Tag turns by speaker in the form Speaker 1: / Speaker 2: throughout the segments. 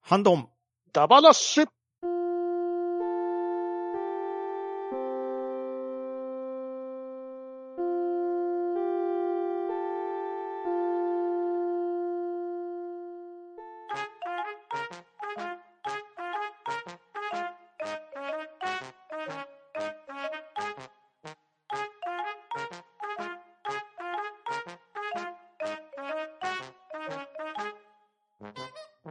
Speaker 1: ハンドン。
Speaker 2: ダバナッシュ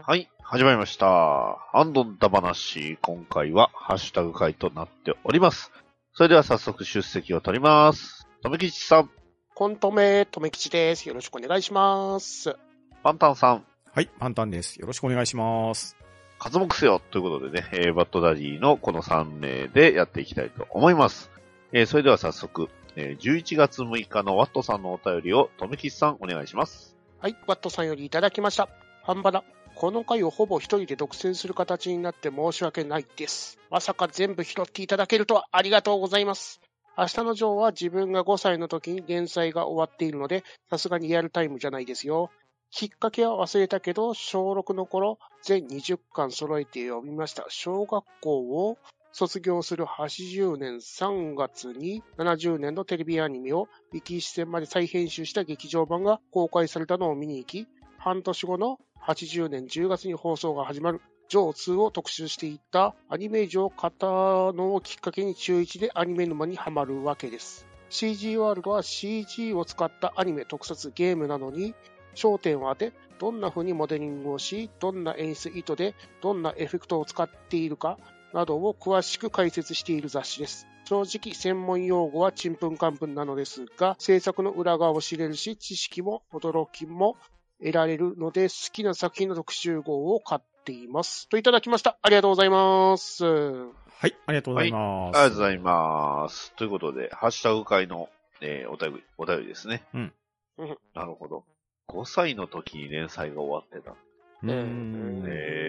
Speaker 3: はい、始まりました。アンドンダ話、今回はハッシュタグ会となっております。それでは早速出席を取ります。とめきちさん、
Speaker 2: コントメ、とめきちです。よろしくお願いします。
Speaker 3: パンタンさん、
Speaker 1: はい、パンタンです。よろしくお願いします。
Speaker 3: カズモクセよということでね、えーバッドダディのこの3名でやっていきたいと思います。えーそれでは早速、えー11月6日のワットさんのお便りをとめきちさんお願いします。
Speaker 2: はい、ワットさんよりいただきました。ハンバラ。この回をほぼ一人で独占する形になって申し訳ないです。まさか全部拾っていただけるとはありがとうございます。明日のジョーは自分が5歳の時に連載が終わっているので、さすがにリアルタイムじゃないですよ。きっかけは忘れたけど、小6の頃、全20巻揃えて読みました。小学校を卒業する80年3月に70年のテレビアニメを力士戦まで再編集した劇場版が公開されたのを見に行き、半年後の80年10月に放送が始まる、ジョー2を特集していたアニメージを買ったのをきっかけに中1でアニメ沼にはまるわけです。CG ワールドは CG を使ったアニメ特撮ゲームなのに、焦点を当て、どんな風にモデリングをし、どんな演出意図で、どんなエフェクトを使っているか、などを詳しく解説している雑誌です。正直、専門用語はちんぷんかんぷんなのですが、制作の裏側を知れるし、知識も驚きも得られるので、好きな作品の特集号を買っています。といただきました。ありがとうございます。
Speaker 1: はい、ありがとうございます。
Speaker 3: ありがとうございます。ということで、ハッシュタグ会の、えーお便り、お便りですね。
Speaker 1: うん
Speaker 2: うん
Speaker 3: なるほど。5歳の時に連載が終わってた。
Speaker 1: うーん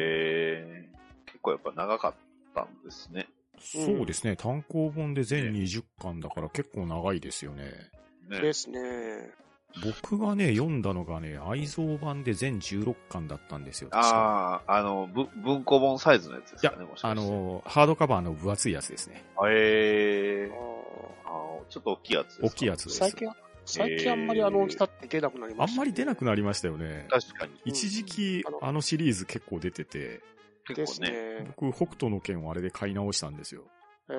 Speaker 3: へー結構やっぱ長かったんですね。
Speaker 1: そうですね、単行本で全20巻だから結構長いですよね。
Speaker 3: ね
Speaker 2: ですね。
Speaker 1: 僕がね、読んだのがね、愛蔵版で全16巻だったんですよ。確か
Speaker 3: ああ、あの、ぶ文庫本サイズのやつですかね、もしかして。
Speaker 1: あの、ハードカバーの分厚いやつですね。
Speaker 3: えー、
Speaker 2: あー
Speaker 3: あーちょっと大きいやつですか
Speaker 1: 大きいやつです
Speaker 2: 最。近、最近あんまりあの大きさって出なくなり
Speaker 1: あ
Speaker 2: ました、
Speaker 1: んまり出なくなりましたよね。
Speaker 3: 確かに。
Speaker 1: 一時期
Speaker 2: あ、の
Speaker 1: あのシリーズ結構出てて、
Speaker 2: で
Speaker 3: 結
Speaker 2: す
Speaker 3: 構ね。
Speaker 2: ね。
Speaker 1: 僕、北斗の剣をあれで買い直したんですよ。
Speaker 2: あ
Speaker 3: あ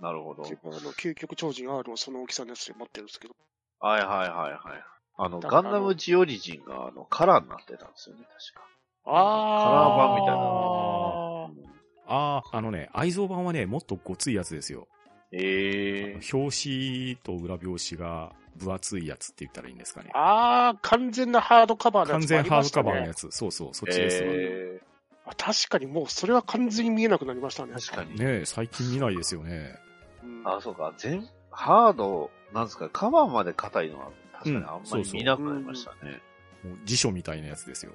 Speaker 3: あ、なるほど。はい
Speaker 2: 自分の究極超人 R をその大きさのやつで持ってるんですけど。
Speaker 3: はいはいはい。あの、
Speaker 2: だか
Speaker 3: ガ
Speaker 2: ら
Speaker 3: ンダムジオリジンがあのカラーになってたんですよね、
Speaker 2: あ
Speaker 3: カラー
Speaker 2: ー
Speaker 3: 版みたいな。
Speaker 1: ああ、あのね、愛蔵版はね、もっとごついやつですよ。
Speaker 3: ええー、
Speaker 1: 表紙と裏表紙が分厚いやつって言ったらいいんですかね。
Speaker 2: あー、完全なハードカバーのや
Speaker 1: 完
Speaker 2: つも
Speaker 1: 全
Speaker 2: あり
Speaker 1: ハ
Speaker 2: ま
Speaker 1: ード
Speaker 2: した
Speaker 1: カ
Speaker 2: ね。
Speaker 1: バーのやつ。そうそう、そっちですわ。ね
Speaker 3: え
Speaker 2: あ確かにもうそれは完全に見えなくなりましたね
Speaker 3: ー、。確かに。
Speaker 1: え、最近見ないですよね。
Speaker 2: うん
Speaker 3: あ、そうか。全、ハード、なんですか、カバーまで硬いのは、確かにあんま
Speaker 1: うんそう
Speaker 3: り
Speaker 1: そう
Speaker 3: 見なくなりましたね。
Speaker 1: もう辞書みたいなやつですよ。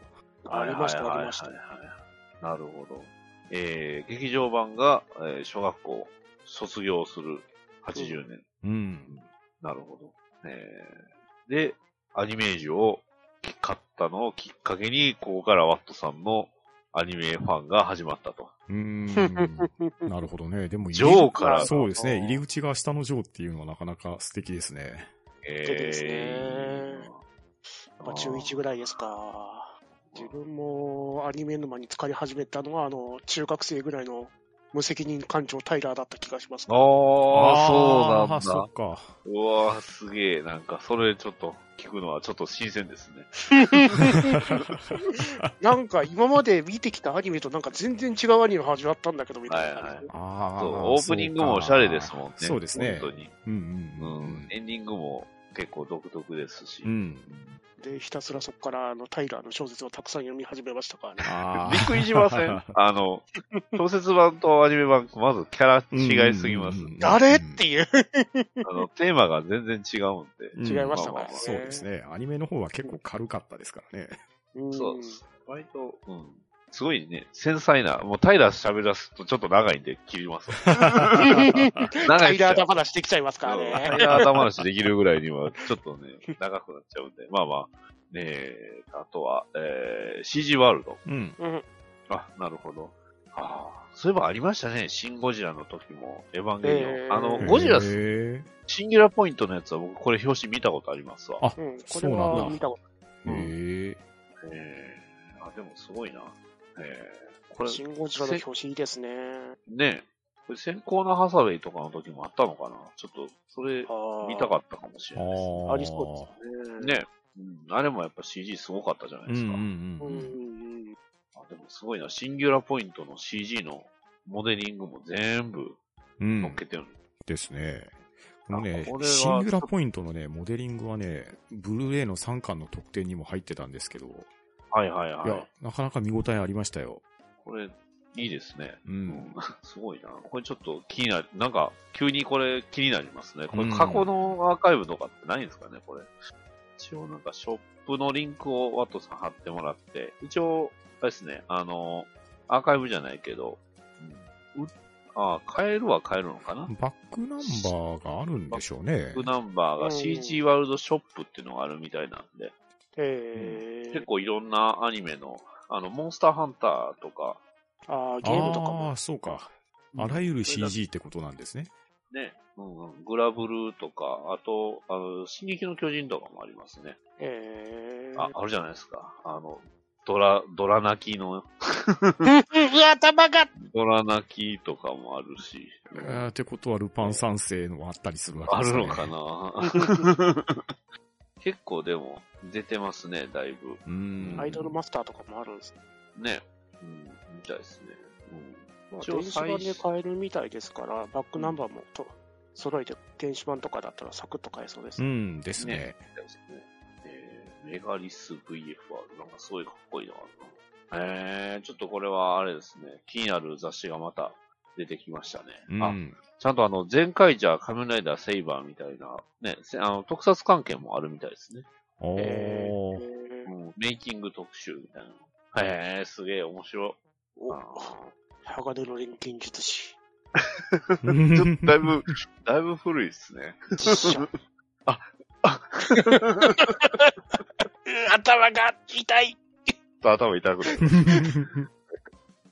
Speaker 2: ありました、
Speaker 3: はいは
Speaker 2: あ
Speaker 3: い
Speaker 2: り
Speaker 3: はい
Speaker 2: ました。
Speaker 3: はいなるほど。えー、劇場版が、えー小学校卒業する80年。
Speaker 1: うん。
Speaker 3: なるほど。えー、で、アニメージュを買ったのをきっかけに、ここからワットさんのアニメファンが始まったと。
Speaker 1: うーん。なるほどね。で も入り、
Speaker 3: ジョーからだ
Speaker 1: そうですね。入り口が下のジョーっていうのはなかなか素敵ですね。
Speaker 3: えー、
Speaker 2: ですねまあ、11ぐ
Speaker 3: らい。
Speaker 2: らいですか。自分もアニメ沼に浸かり始めたのは、あの、中学生ぐらいの無責任館長タイラーだった気がします
Speaker 3: あ。ー、そうな
Speaker 1: あ
Speaker 3: ん
Speaker 1: ーそ
Speaker 3: だ
Speaker 1: っ。か。
Speaker 3: うわー、すげえ。なんか、それちょっと聞くのはちょっと新鮮ですね。
Speaker 2: なんか今まで見てきたアニメとなんか全然違うアニメを始まったんだけど、みたいな感
Speaker 3: はい
Speaker 2: じで。
Speaker 3: は
Speaker 1: ああ。
Speaker 3: そう、オープニングもおしゃれですもんね。
Speaker 1: そうですね
Speaker 3: 本当に。
Speaker 1: うんう
Speaker 3: うんん。エンディングも結構独特ですし。
Speaker 1: うん。うん。
Speaker 2: で、ひたすらそこからあのタイラーの小説をたくさん読み始めましたからね。
Speaker 1: あ
Speaker 3: びっくりしませ んあの、小説版とアニメ版、まずキャラ違いすぎます。
Speaker 2: 誰っていう。
Speaker 3: あの、テーマが全然違うんで。
Speaker 1: うん
Speaker 2: 違いました
Speaker 3: か
Speaker 2: からら
Speaker 3: ね
Speaker 2: ね。
Speaker 1: そうですね。アニメの方は結構軽かったですからね。
Speaker 2: う ん。
Speaker 3: そうです。割と、うん。すごいね、繊細な。もうタイラー喋らすとちょっと長いんで切り ますわ。長
Speaker 2: タ
Speaker 3: いっ
Speaker 2: イ
Speaker 3: すよ
Speaker 2: ラーだ話してきちゃいますから
Speaker 3: うんタイ
Speaker 2: ね。
Speaker 3: ラー頭話できるぐらいには、ちょっとね、長くなっちゃうんで。まあまあ。ねえ、あとは、えー、CG ワールド。
Speaker 1: うん。
Speaker 2: うん。
Speaker 3: あ、なるほど。ああ、そういえばありましたね。シン・ゴジラの時も、エヴァンゲリオン。
Speaker 2: えー
Speaker 3: あの、
Speaker 2: うん
Speaker 3: ゴジラ、
Speaker 1: へ
Speaker 3: シンギュラポイントのやつは僕これ表紙見たことありますわ。
Speaker 1: あ
Speaker 2: うん、こ
Speaker 1: そ
Speaker 2: れ
Speaker 1: うなんだ
Speaker 2: は見たこ
Speaker 1: え。へ
Speaker 3: えーあ、でもすごいな。えーこ
Speaker 2: と。
Speaker 3: れ、
Speaker 2: シン・ゴジラの表紙いいですね。
Speaker 3: ねこれ先行のハサウェイとかの時もあったのかなちょっと、それ見たか
Speaker 2: っ
Speaker 3: ったかもし
Speaker 1: え。あ
Speaker 3: れないです
Speaker 1: あ。
Speaker 2: ありそうです
Speaker 3: ね。
Speaker 2: ね。
Speaker 3: ね、うん、あれもやっぱ CG すごかったじゃない
Speaker 1: うん
Speaker 3: で
Speaker 1: う
Speaker 3: すか。
Speaker 1: ん
Speaker 2: う
Speaker 1: うん
Speaker 2: うん
Speaker 1: ん。
Speaker 2: うん。
Speaker 3: あでもすごいな。シンギュラポイントの CG のモデリングも全部
Speaker 1: う
Speaker 3: 乗っ
Speaker 1: ん
Speaker 3: け。てるの。
Speaker 1: ですね。この
Speaker 3: あ
Speaker 1: ね
Speaker 3: こ、れは
Speaker 1: シングラポイントのね、モデリングはね、ブルーレイの3巻の特典にも入ってたんですけど、
Speaker 3: はいはいはいい
Speaker 1: や。、なかなか見応えありましたよ。
Speaker 3: これ、いいですね。
Speaker 1: う。、
Speaker 3: うんすごいな。これちょっと気になる。なんか、急にこれ気になりますね。こ
Speaker 1: う
Speaker 3: れ
Speaker 1: ん
Speaker 3: 過去のアーカイブとかってないんですかね、これ。一応なんかショップのリンクをワットさん貼ってもらって、一応、あれですね、あの、アーカイブじゃないけど、うん、うあ買えるは買えるのかな
Speaker 1: バックナンバーがあるんでしょうね
Speaker 3: ブ。ナンバー
Speaker 2: う
Speaker 3: が
Speaker 2: ん
Speaker 3: CG ワールドショップっていうのがあるみたいなんで、
Speaker 2: えー、
Speaker 3: 結構いろんなアニメの、あの、モンスターハンターとか、
Speaker 2: あーゲームとか
Speaker 1: あ
Speaker 2: も
Speaker 1: あ、。そうか。あらゆる CG ってことなんですね。
Speaker 3: ね、うんうん、グラブルーとか、あと、あの、進撃の巨人とかもありますね。
Speaker 2: えー、
Speaker 3: あ、あるじゃないですか。あの、ドラ、ドラ泣きの、
Speaker 2: うんうん、頭が
Speaker 3: ドラ泣きとかもあるし、
Speaker 1: えーってことはルパン三世のもあったりするわけ
Speaker 3: あ
Speaker 1: です
Speaker 3: る
Speaker 1: ね。
Speaker 3: のかな 結構でも、出てますね、だいぶ。
Speaker 1: うん。
Speaker 2: アイドルマスターとかもあるんですね。
Speaker 3: ね。うん、みたいですね。うん。
Speaker 2: まあ、
Speaker 3: 一応
Speaker 2: 電子版
Speaker 3: 最
Speaker 2: で
Speaker 3: 初
Speaker 2: 買えるみたいですから、バックナンバーもと揃えて、電子版とかだったらサクッと買えそうです。
Speaker 1: うんですね。
Speaker 3: ねみたいですね。えー、メガリス VFR。なんかすごいかっこいいのがあるな。えー、ちょっとこれはあれですね。気になる雑誌がまた出てきましたね。
Speaker 1: うん。
Speaker 3: あ、ちゃんとあの、前回じゃ仮面ライダーセイバーみたいな、ね、せあの、特撮関係もあるみたいですね。
Speaker 1: おー
Speaker 2: えー
Speaker 3: うん、メイキング特集みたいなの。へえー、すげえ面白い。
Speaker 2: お
Speaker 3: あ
Speaker 2: 鋼の錬金術師。
Speaker 3: ーちょっ とだい ぶ、だいぶ古いですね。
Speaker 2: 実写。
Speaker 3: あ、
Speaker 2: あ、頭が痛い。
Speaker 3: ちょっと頭痛くなる。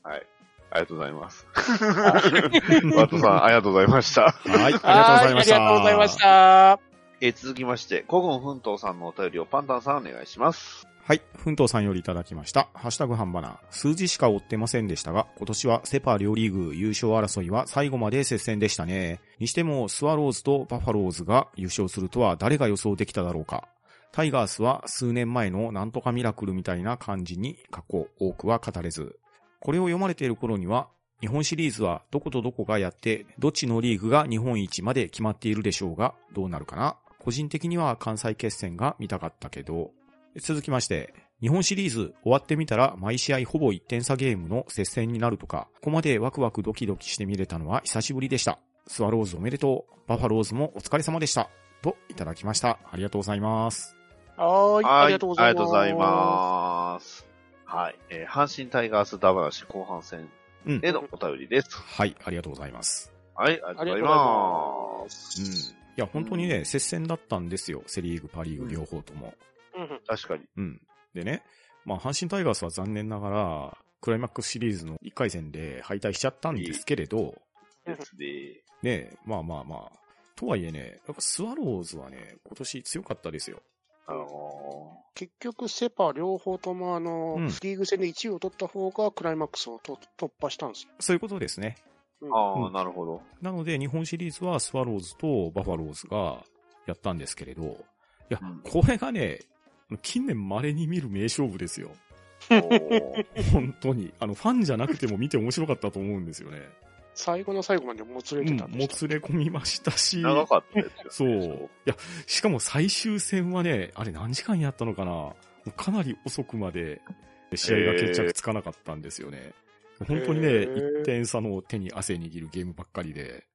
Speaker 3: ありがとうござ います。ワットさん、ありがとうございました。
Speaker 1: はい、
Speaker 2: はいありがとうございまし。た。
Speaker 3: えー続きまして、古今奮闘さんのお便りをパンタンさんお願いします。
Speaker 1: はい。奮闘さんよりいただきました。ハッシュタグ半ばな。数字しか追ってませんでしたが、今年はセパ両リーグ優勝争いは最後まで接戦でしたね。にしても、スワローズとバファローズが優勝するとは誰が予想できただろうか。タイガースは数年前のなんとかミラクルみたいな感じに過去多くは語れず。これを読まれている頃には、日本シリーズはどことどこがやって、どっちのリーグが日本一まで決まっているでしょうが、どうなるかな。個人的には関西決戦が見たかったけど、続きまして、日本シリーズ終わってみたら毎試合ほぼ1点差ゲームの接戦になるとか、ここまでワクワクドキドキして見れたのは久しぶりでした。スワローズおめでとう。バファローズもお疲れ様でした。と、いただきました。ありがとうございます。
Speaker 2: はーい。ありがとうござ
Speaker 3: あ
Speaker 2: います。
Speaker 3: りがとうございます。はい。えー阪神タイガースダバナシ後半戦
Speaker 1: うん。
Speaker 3: へのお便りです。
Speaker 1: はい、ありがとうございます。
Speaker 3: はい、ありが
Speaker 2: あ
Speaker 3: と
Speaker 2: り
Speaker 3: う
Speaker 2: が
Speaker 3: ご
Speaker 2: と
Speaker 3: ざ
Speaker 2: う
Speaker 3: い
Speaker 2: ございま
Speaker 3: ます。
Speaker 1: うん。いや、本当にね、接戦だったんですよ。セリーグ、パリーグ、両方とも。
Speaker 2: うん
Speaker 3: 確かに。
Speaker 1: うん。でね、まあ、阪神タイガースは残念ながら、クライマックスシリーズの1回戦で敗退しちゃったんですけれど、
Speaker 3: ですね。
Speaker 1: ねえ、まあまあまあ。とはいえね、やっぱスワローズはね、今年強かったですよ。
Speaker 3: あの
Speaker 2: 結局、セ・パ両方とも、あの、
Speaker 1: うん
Speaker 2: リーグ戦で1位を取った方がクライマックスをと突破したんですよ。
Speaker 1: そういうことですね。
Speaker 3: ー、ああ、
Speaker 1: うん
Speaker 3: なるほ ど。
Speaker 1: なので、日本シリーズはスワローズとバファローズがやったんですけれど、いや
Speaker 3: うん、
Speaker 1: これがね、近年稀に見る名勝負ですよ。
Speaker 3: おー
Speaker 1: 本当に。あの、ファンじゃなくても見て面白かったと思うんですよね。
Speaker 2: 最後の最後までもつれ
Speaker 1: う
Speaker 2: て
Speaker 1: ん
Speaker 2: たん、で
Speaker 1: も
Speaker 2: す
Speaker 1: つれ込みましたし、
Speaker 3: 長かったです
Speaker 1: そ
Speaker 3: よ
Speaker 1: う。
Speaker 3: ね。
Speaker 1: いや、しかも最終戦はね、あれ何時間やったのかなもうかなり遅くまで試合が決着つかなかったんですよね。本当にね、
Speaker 2: へー
Speaker 1: 1点差の手に汗握るゲームばっかりで、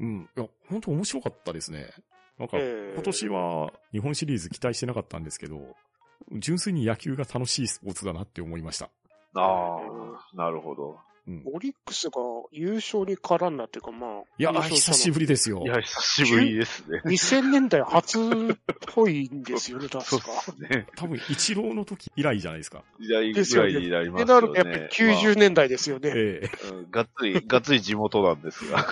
Speaker 3: うん
Speaker 1: うん、いや、本当面白かったですね。なんか、
Speaker 2: ええ
Speaker 1: 今年は日本シリーズ期待してなかったんですけど、純粋に野球が楽しいスポーツだなって思いました。
Speaker 3: ああ、なるほど。
Speaker 1: うん
Speaker 2: オリックスが優勝に絡んだっていうか、まあ。
Speaker 1: いや、久し
Speaker 2: ぶ
Speaker 1: ぶりですよ
Speaker 3: い。や、久しぶりですね。
Speaker 2: り。2000年代初っぽいんですよね、確
Speaker 3: そう
Speaker 2: か。
Speaker 3: ですね。
Speaker 1: 多分、一郎の時以来じゃないですか。
Speaker 3: 時代
Speaker 2: で
Speaker 3: ぐ
Speaker 2: すよ
Speaker 3: ら
Speaker 2: ね
Speaker 3: いになりま
Speaker 2: ですな
Speaker 3: よ
Speaker 2: る
Speaker 3: ね。
Speaker 2: と、やっぱり
Speaker 3: ま
Speaker 2: 90年代ですよね。
Speaker 1: ええ。
Speaker 3: あうんがっつり、がっつり地元なんですが。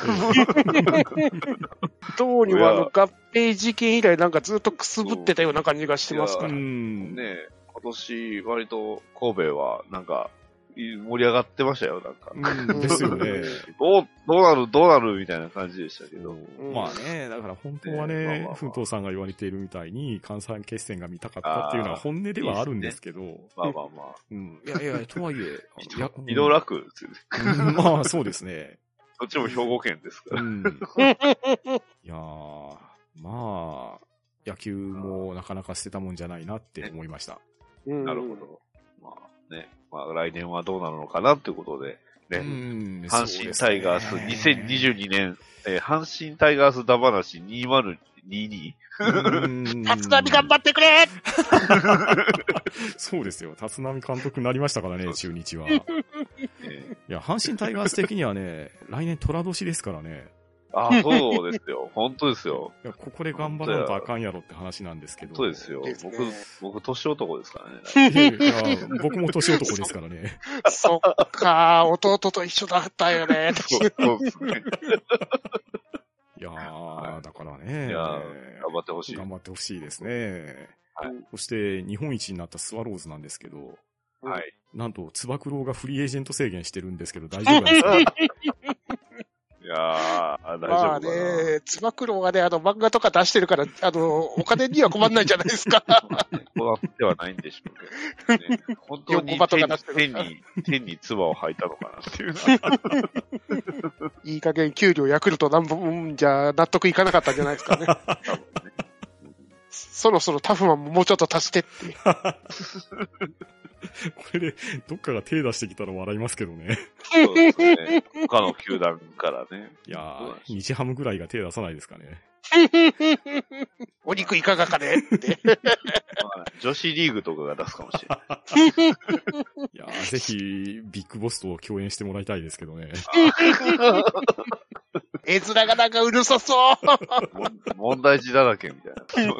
Speaker 2: どうにもあの
Speaker 3: い
Speaker 2: 合併事件以来なんかずっとくすぶってたような感じがしてますか
Speaker 1: う
Speaker 2: ら。
Speaker 1: ん。
Speaker 3: ねえ今年、割と神戸は、なんか、い盛り上がってましたよ、なんか。
Speaker 1: うん、ですよ ね。
Speaker 3: どう、どうなる、どうなるみたいな感じでしたけど。
Speaker 2: うん
Speaker 1: まあね、だから本当は
Speaker 3: ええまあ
Speaker 1: ね
Speaker 3: まあま、あ
Speaker 1: 奮闘さんが言われているみたいに、関西決戦が見たかったっていうのは本音ではあるんですけど、
Speaker 3: まあまあまあ。
Speaker 1: うん。いやいや、とはいえ、いや
Speaker 3: 移動楽ですよね。
Speaker 1: うんまあそうですね。
Speaker 3: どっちも兵庫県ですから。
Speaker 1: うん。いやーまあ、野球もなかなか捨てたもんじゃないなって思いました。
Speaker 2: うん
Speaker 3: なるほど。まあね、まあ来年はどうなるのかなっていうことで、ね。
Speaker 1: ん
Speaker 3: 阪神タイガース
Speaker 1: そうですね
Speaker 3: 2022年、えー阪神タイガースダバなし2022。
Speaker 1: うん
Speaker 2: 立浪頑張って くれ
Speaker 1: そうですよ。立浪監督になりましたからね、中日は。い
Speaker 3: えー
Speaker 1: や、阪神タイガース的にはね、来年虎年ですからね。
Speaker 3: あー、そうです よ。本当ですよ。
Speaker 1: いや、ここで頑張らんとあかんやろって話なんですけど。
Speaker 3: そうですよ
Speaker 2: です。ね
Speaker 3: 僕、僕、年男ですからね。
Speaker 1: いやいや。僕も年男ですから ね。
Speaker 2: そっか、弟と一緒だったよね。
Speaker 3: そうそうですね。
Speaker 1: いやー、だからね。
Speaker 3: いやー頑張ってほしい。
Speaker 1: 頑張ってほしいですね。
Speaker 3: はい
Speaker 1: そして、日本一になったスワローズなんですけど、
Speaker 3: はい。
Speaker 1: なんと、つば九郎がフリーエージェント制限してるんですけど、大丈夫なん ですか
Speaker 3: いやー、大丈夫かな。
Speaker 2: まあね、つば九郎がね、あの漫画とか出してるから、あの、お金には困んないじゃないで すか。
Speaker 3: 困ってはないんでしょうけど、ね、本当に
Speaker 2: 横
Speaker 3: 手
Speaker 2: 幅
Speaker 3: に
Speaker 2: とか出して
Speaker 3: 手に、手に唾を吐いたのかなっていうのは。
Speaker 2: いい加減給料ヤクルトなんぼうんじゃ納得いかなかったんじゃないです かね。そろそろタフマンももうちょっと足してって。
Speaker 1: これで、どっかが手出してきたら笑いますけどね。
Speaker 3: そうですね。他の球団からね。
Speaker 1: いや
Speaker 3: そうな
Speaker 1: ー
Speaker 3: んで、す
Speaker 1: 日ハムぐらいが手出さないですかね。
Speaker 2: お肉いかがかねって。
Speaker 3: まあ女子リーグとかが出すかもしれな
Speaker 1: い
Speaker 3: い。
Speaker 1: や ー、ぜひ、ビッグボスと共演してもらいたいですけどね。
Speaker 2: 絵面がなんかうるさそう。
Speaker 3: もん問題児だらけみたいな。
Speaker 1: い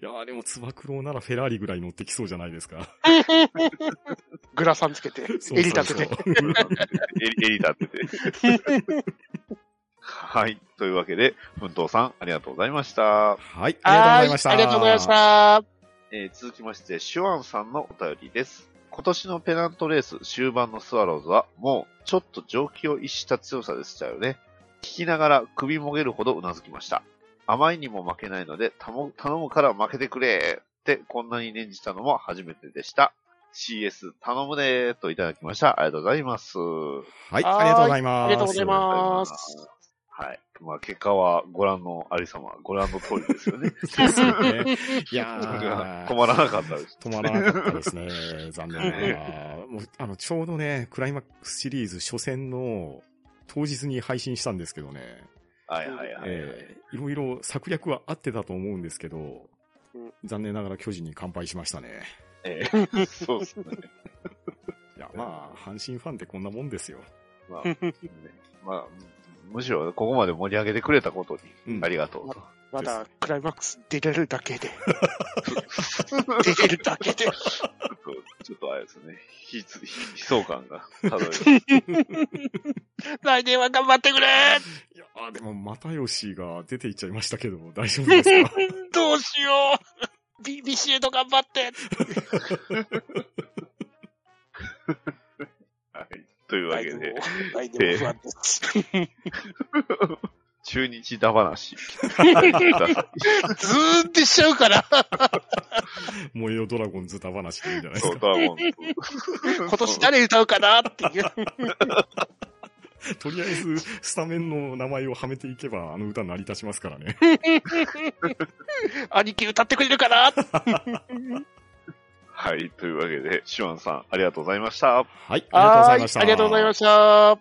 Speaker 1: やー、でも、つば九郎ならフェラーリぐらい乗ってきそうじゃないですか。
Speaker 2: グラサンつけ
Speaker 1: そ
Speaker 2: て、
Speaker 1: うそうそう
Speaker 2: 襟立てて。
Speaker 3: エリ立ってて。 はい。というわけで、奮闘さん、ありがとうございました。
Speaker 1: はい、
Speaker 2: は
Speaker 1: ありがとうござい
Speaker 2: い
Speaker 1: ました。
Speaker 2: ありがとうございまし。た。
Speaker 3: えー続きまして、シュワンさんのお便りです。今年のペナントレース終盤のスワローズは、もうちょっと上気を逸した強さでしたよね。聞きながら首もげるほどうなずきました。あまりにも負けないので、たも頼むから負けてくれってこんなに念じたのも初めてでした。CS 頼むねーといただきました。ありがとうございます。
Speaker 1: はい、ありがとうございます。
Speaker 2: ありがとうございま
Speaker 3: あり
Speaker 2: す
Speaker 3: がとうござい。ますはい。まあ結果はご覧のありさま、ご覧の通りですよね。
Speaker 1: ですよ ね。いやー
Speaker 3: 止まらなかったです。
Speaker 1: 止まらなかったですね。 残念ながら。もう、あの、ちょうどね、クライマックスシリーズ初戦の当日に配信したんですけどね、
Speaker 3: はいはいはい。
Speaker 1: えーいろいろ策略は合ってたと思うんですけど
Speaker 2: うん、
Speaker 1: 残念ながら巨人に完敗しましたね。
Speaker 3: ええ、そうですね。
Speaker 1: いや、まあ、阪神ファンってこんなもんですよ。
Speaker 3: まあ、ねまあ、むしろここまで盛り上げてくれたこと
Speaker 1: う
Speaker 3: に
Speaker 1: ん
Speaker 3: ありがとうと。
Speaker 2: まだクライマックス出れるだけで。 出れるだけで。
Speaker 3: ちょっとあれですね、悲つ悲壮感が漂う。
Speaker 2: 来年は頑張ってくれ
Speaker 1: いやーでも、又吉が出ていっちゃいましたけど、大丈夫ですか
Speaker 2: どうしようビビシエド頑張って
Speaker 3: はい。というわ
Speaker 2: 来
Speaker 3: け
Speaker 2: 年も
Speaker 3: で、、
Speaker 2: 来年も不安です。
Speaker 3: 中日だ話。
Speaker 2: ズーンってしちゃうから、
Speaker 1: 燃えよドラゴンズた話っていいんじゃないです
Speaker 3: そ
Speaker 1: か
Speaker 3: う、。ドラゴンズ。
Speaker 2: 今年誰歌うかなっていう。
Speaker 1: とりあえず、スタメンの名前をはめていけば、あの歌成り立ちますからね。
Speaker 2: 兄貴歌ってくれるかな
Speaker 3: はい。というわけで、シュワンさん、ありがとうございまし
Speaker 1: は
Speaker 3: た。
Speaker 1: い、ありがとうございました。
Speaker 2: はありがとうございました。
Speaker 3: は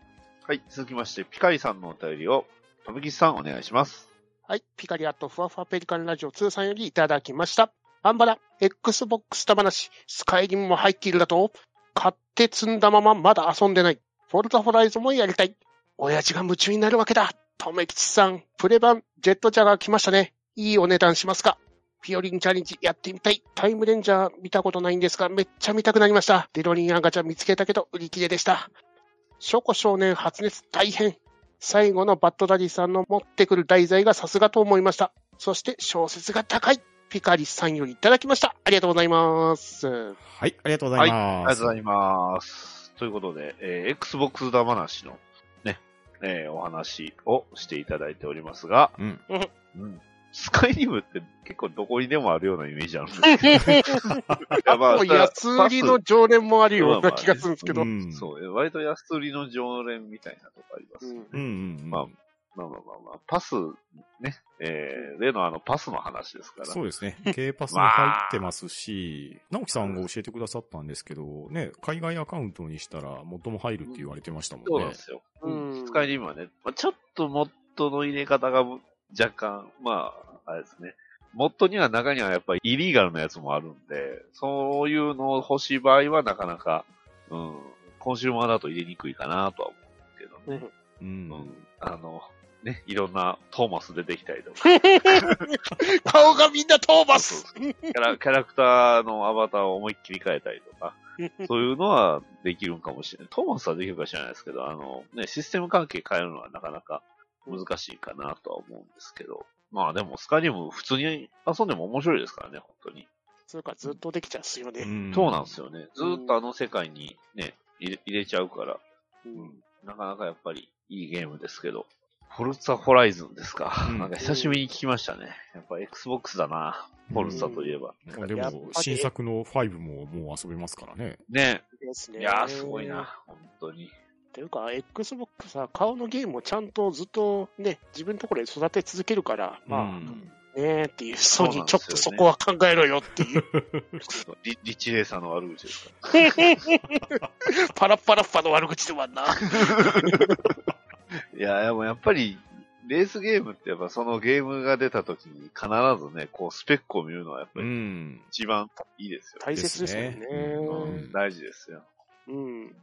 Speaker 3: い。続きまして、ピカリさんのお便りを、とぶきさん、お願いします。
Speaker 2: はい。ピカリアットふわふわペリカンラジオ2さんよりいただきました。アンバラ、Xbox た話、スカイリムも入っているだと、買って積んだまままだ遊んでない。フォルトホライゾンもやりたい。親父が夢中になるわけだ。とめきちさん、プレ版、ジェットジャガー来ましたね。いいお値段しますかピオリンチャレンジやってみたい。タイムレンジャー見たことないんですが、めっちゃ見たくなりました。デロリンアンガチャ見つけたけど、売り切れでした。ショコ少年発熱大変。最後のバッドダディさんの持ってくる題材がさすがと思いました。そして小説が高い。ピカリさんよりいただきました。ありがとうございます。
Speaker 1: はい、ありがとうござい
Speaker 3: あり
Speaker 1: ま
Speaker 3: が
Speaker 1: す。
Speaker 3: とうございます。ということで、えー Xbox だ話のね、えーお話をしていただいておりますが、
Speaker 1: うん
Speaker 3: うんスカイリムって結構どこにでもあるようなイメージあるんですけ どいや、ま
Speaker 2: もう安売りの常連もあるような気がするんですけど。
Speaker 1: うんうん
Speaker 3: そう、え割と安売りの常連みたいなとこありますよね。
Speaker 1: うんうんうん
Speaker 3: まあまあまあまあまあ、パス、ね、えー、例のあのパスの話ですから。
Speaker 1: そう ですね。K パスに入ってますし、直樹さんが教えてくださったんですけど、ね、海外アカウントにしたら元も入るって言われてましたも
Speaker 3: そうんなん
Speaker 1: ね
Speaker 3: で。すよ。
Speaker 2: うん
Speaker 3: スカイリムはね、まあ、ちょっとモッドの入れ方が若干、まあ、あれですね。モッドには中にはやっぱりイリーガルなやつもあるんで、そういうのを欲しい場合はなかなか、うん、コンシューマーだと入れにくいかなとは思うけどね。
Speaker 1: う。
Speaker 3: うんん、あの、ね、いろんなトーマス出てきたり とか、
Speaker 2: 顔がみんなトーマス。
Speaker 3: キャラキャラクターのアバターを思いっきり変えたりとか、そういうのはできるんかもしれない。トーマスはできるか知らないですけど、あの、ね、システム関係変えるのはなかなか難しいかなとは思うんですけど、まあでもスカイリム普通に遊んでも面白いですからね、本当に。
Speaker 2: そうか、ずっとできちゃうっすよね。
Speaker 1: ん
Speaker 3: そうなんですよね。ずーっとあの世界にね、入れ入れちゃうから、
Speaker 2: うん
Speaker 3: なかなかやっぱりいいゲームですけど、フォルツァホライズンですか。
Speaker 1: うん
Speaker 3: なんか久しぶりに聞きましたね。やっぱ Xbox だな、フォルツァといえば。
Speaker 1: で
Speaker 2: やっ
Speaker 1: も、
Speaker 2: ぱり
Speaker 1: 新作の5ももう遊べますからね。
Speaker 3: ね
Speaker 2: ですね。
Speaker 3: いやーすごいな、本当に。
Speaker 2: ていうか、Xbox は顔のゲームをちゃんとずっとね、自分のところで育て続けるから、
Speaker 1: う
Speaker 2: ま
Speaker 1: ん
Speaker 2: あ、ねーっていう、ソニ
Speaker 3: そうな
Speaker 2: ー、ちょっ
Speaker 3: ん
Speaker 2: と
Speaker 3: です
Speaker 2: そ
Speaker 3: よね
Speaker 2: こは考えろよっていう。
Speaker 3: リリッチレーサーの悪口ですか
Speaker 2: パラッパラッパの悪口でもあんな。
Speaker 3: ら。いやー、でもやっぱり、レースゲームってやっぱそのゲームが出た時に必ずね、こうスペックを見るのはやっぱ
Speaker 1: う
Speaker 3: り
Speaker 1: ん。
Speaker 3: 一番いいですよ。
Speaker 2: 大切ですよね
Speaker 1: ですね。
Speaker 3: う
Speaker 1: うん
Speaker 3: ん、大事ですよ。
Speaker 2: うん。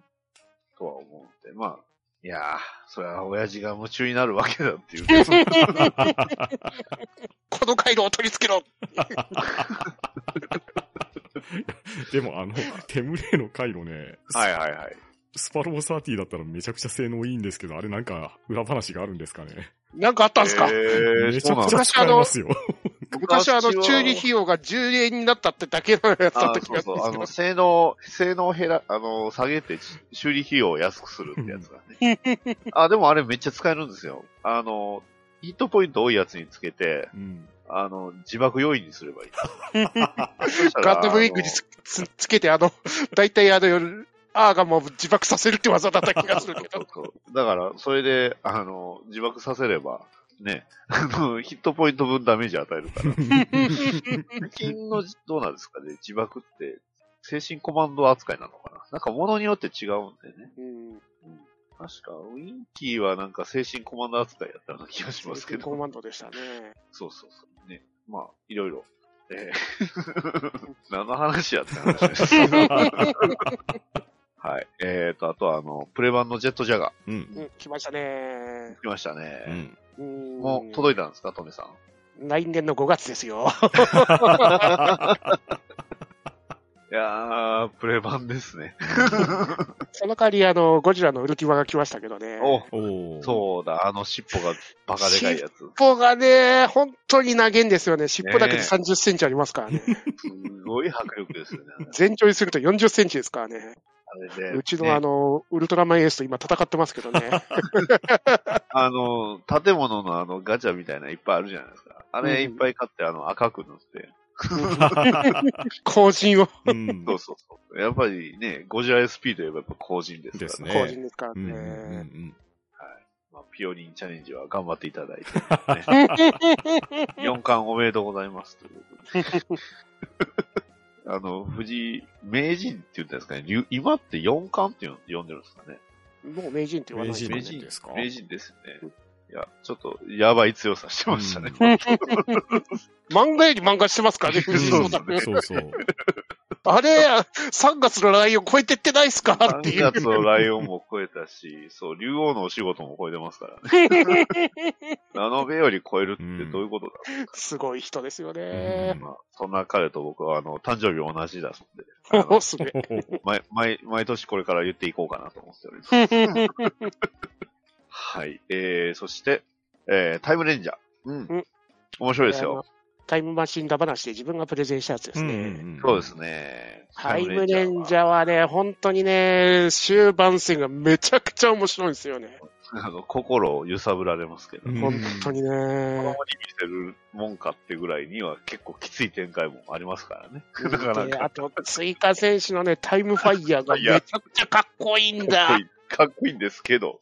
Speaker 3: とは思うんで、まあ、いやー、それは親父が夢中になるわけだ っていう。
Speaker 2: この回路を取り付けろ
Speaker 1: でも、あ の、テムレイの回路ね、
Speaker 3: はいはいはい。
Speaker 1: スパロボ30だったらめちゃくちゃ性能いいんですけど、あれなんか裏話があるんですかね。
Speaker 2: なんかあったんすか、
Speaker 3: えー、
Speaker 1: めち
Speaker 3: そ
Speaker 1: ゃ
Speaker 3: うなん
Speaker 1: く
Speaker 3: で
Speaker 1: ち
Speaker 3: すか
Speaker 1: ゃ使えますよ。
Speaker 2: 昔あの、
Speaker 3: 昔は
Speaker 2: 修理費用が10円になったってだけのやつだ
Speaker 3: あ
Speaker 2: った
Speaker 3: ー
Speaker 2: 気
Speaker 3: そうそう。
Speaker 2: がするんです
Speaker 3: あ
Speaker 2: け
Speaker 3: の、性能、性能減ら、あの、下げてし修理費用を安くするってやつがね。 あ、でもあれめっちゃ使えるんですよ。あの、ヒットポイント多いやつにつけて、
Speaker 1: うん。
Speaker 3: あの、自爆要因にすればいい。
Speaker 2: ど、 ガンダムウィングにつつつけて、あの、大体あの、アーガンも自爆させるって技だった気がするけ
Speaker 3: そう
Speaker 2: ど。
Speaker 3: そうだから、それで、あの、自爆させれば、ね、あの、ヒットポイント分ダメージ与えるから。最近の、どうなんですかね、自爆って、精神コマンド扱いなのかななんか物によって違うんでね。
Speaker 2: うん。
Speaker 3: うん確か、ウィンキーはなんか精神コマンド扱いやったような気がしますけ
Speaker 2: コ
Speaker 3: ど。
Speaker 2: マンドでしたね。
Speaker 3: そうそうそう。ね。まあ、いろいろ。えー 何の話やって話です。 はい。えーと、あとはあの、プレ版のジェットジャガ
Speaker 1: うん。
Speaker 2: うん、来ましたね
Speaker 3: ー。。来ました
Speaker 1: う
Speaker 3: ね。
Speaker 1: ん。
Speaker 2: うん。
Speaker 3: もう届いたんですか、トメさん。
Speaker 2: 来年の5月ですよ。
Speaker 3: いやー、プレ版ですね。
Speaker 2: その代わり、あの、ゴジラのウルティマが来ましたけどね。
Speaker 3: お、
Speaker 1: おー
Speaker 3: そうだ、あの尻尾がバカでかいやつ。
Speaker 2: 尻尾がね、本当に長いんですよね。尻尾だけで
Speaker 3: ね
Speaker 2: 30センチありますからね。
Speaker 3: すごい迫力ですよね。
Speaker 2: 全長にすると40センチですからね。
Speaker 3: あれで。
Speaker 2: うち
Speaker 3: ね
Speaker 2: のあの、ウルトラマンエースと今戦ってますけどね。
Speaker 3: あの、建物のあのガチャみたいなのいっぱいあるじゃないですか。あれいっぱい買って、あの赤く塗って。
Speaker 2: 後進を、
Speaker 1: うん。
Speaker 3: そうそうそう。やっぱりね、ゴジラ SP といえばやっぱ後人ですから、
Speaker 1: ですね
Speaker 2: 後進ですから
Speaker 1: うんうん
Speaker 2: ね。
Speaker 3: まあ、ピオリンチャレンジは頑張っていただ いて、4巻おめでとうございますということ であの、藤井、名人って言ったんですかね。竜今って4巻って呼ん呼んでるんですかね。
Speaker 2: もう名人って言わない
Speaker 1: 名
Speaker 3: 名
Speaker 1: 人
Speaker 3: 人
Speaker 1: ですか
Speaker 3: 名人ですよね。いや、ちょっと、やばい強さしてましたね。
Speaker 2: 漫画より漫画してますからね、
Speaker 1: うん
Speaker 2: 藤井聡太君
Speaker 1: そうそう。
Speaker 2: あれ、3月のライオン超えてってないっすかってい
Speaker 3: 3
Speaker 2: う。
Speaker 3: 月のライオンも超えたし、そう、竜王のお仕事も超えてます からね。ラノベより超えるってどういうことだ、
Speaker 2: すごい人ですよ
Speaker 1: う
Speaker 2: ね
Speaker 1: ん。
Speaker 3: まあ、そんな彼と僕は、あの、誕生日同じだそうで。あ
Speaker 2: お
Speaker 3: の
Speaker 2: すげえ。
Speaker 3: 毎毎毎年これから言っていこうかなと思っております。はい。えー、そして、えー、タイムレンジャー。うん。
Speaker 2: うん
Speaker 3: 面白いですよ。
Speaker 2: タイムマシンだ話で自分がプレゼンしたやつですね。
Speaker 3: そうですね。
Speaker 2: タイムレンジ
Speaker 3: ー
Speaker 2: ャーはね、本当にね、終盤戦がめちゃくちゃ面白いんですよね。
Speaker 3: は。あの、心を揺さぶられますけど、
Speaker 1: う
Speaker 3: 見
Speaker 1: ん
Speaker 2: 本当にね。
Speaker 3: せるもんかってぐらいには結構きつい展開もありますからね。なかな
Speaker 2: で、
Speaker 3: か。
Speaker 2: あと、追加選手のね、タイムファイヤーがめちゃくちゃかっこいいん
Speaker 3: かっこ
Speaker 2: だ
Speaker 3: い。いかっこいいんですけど。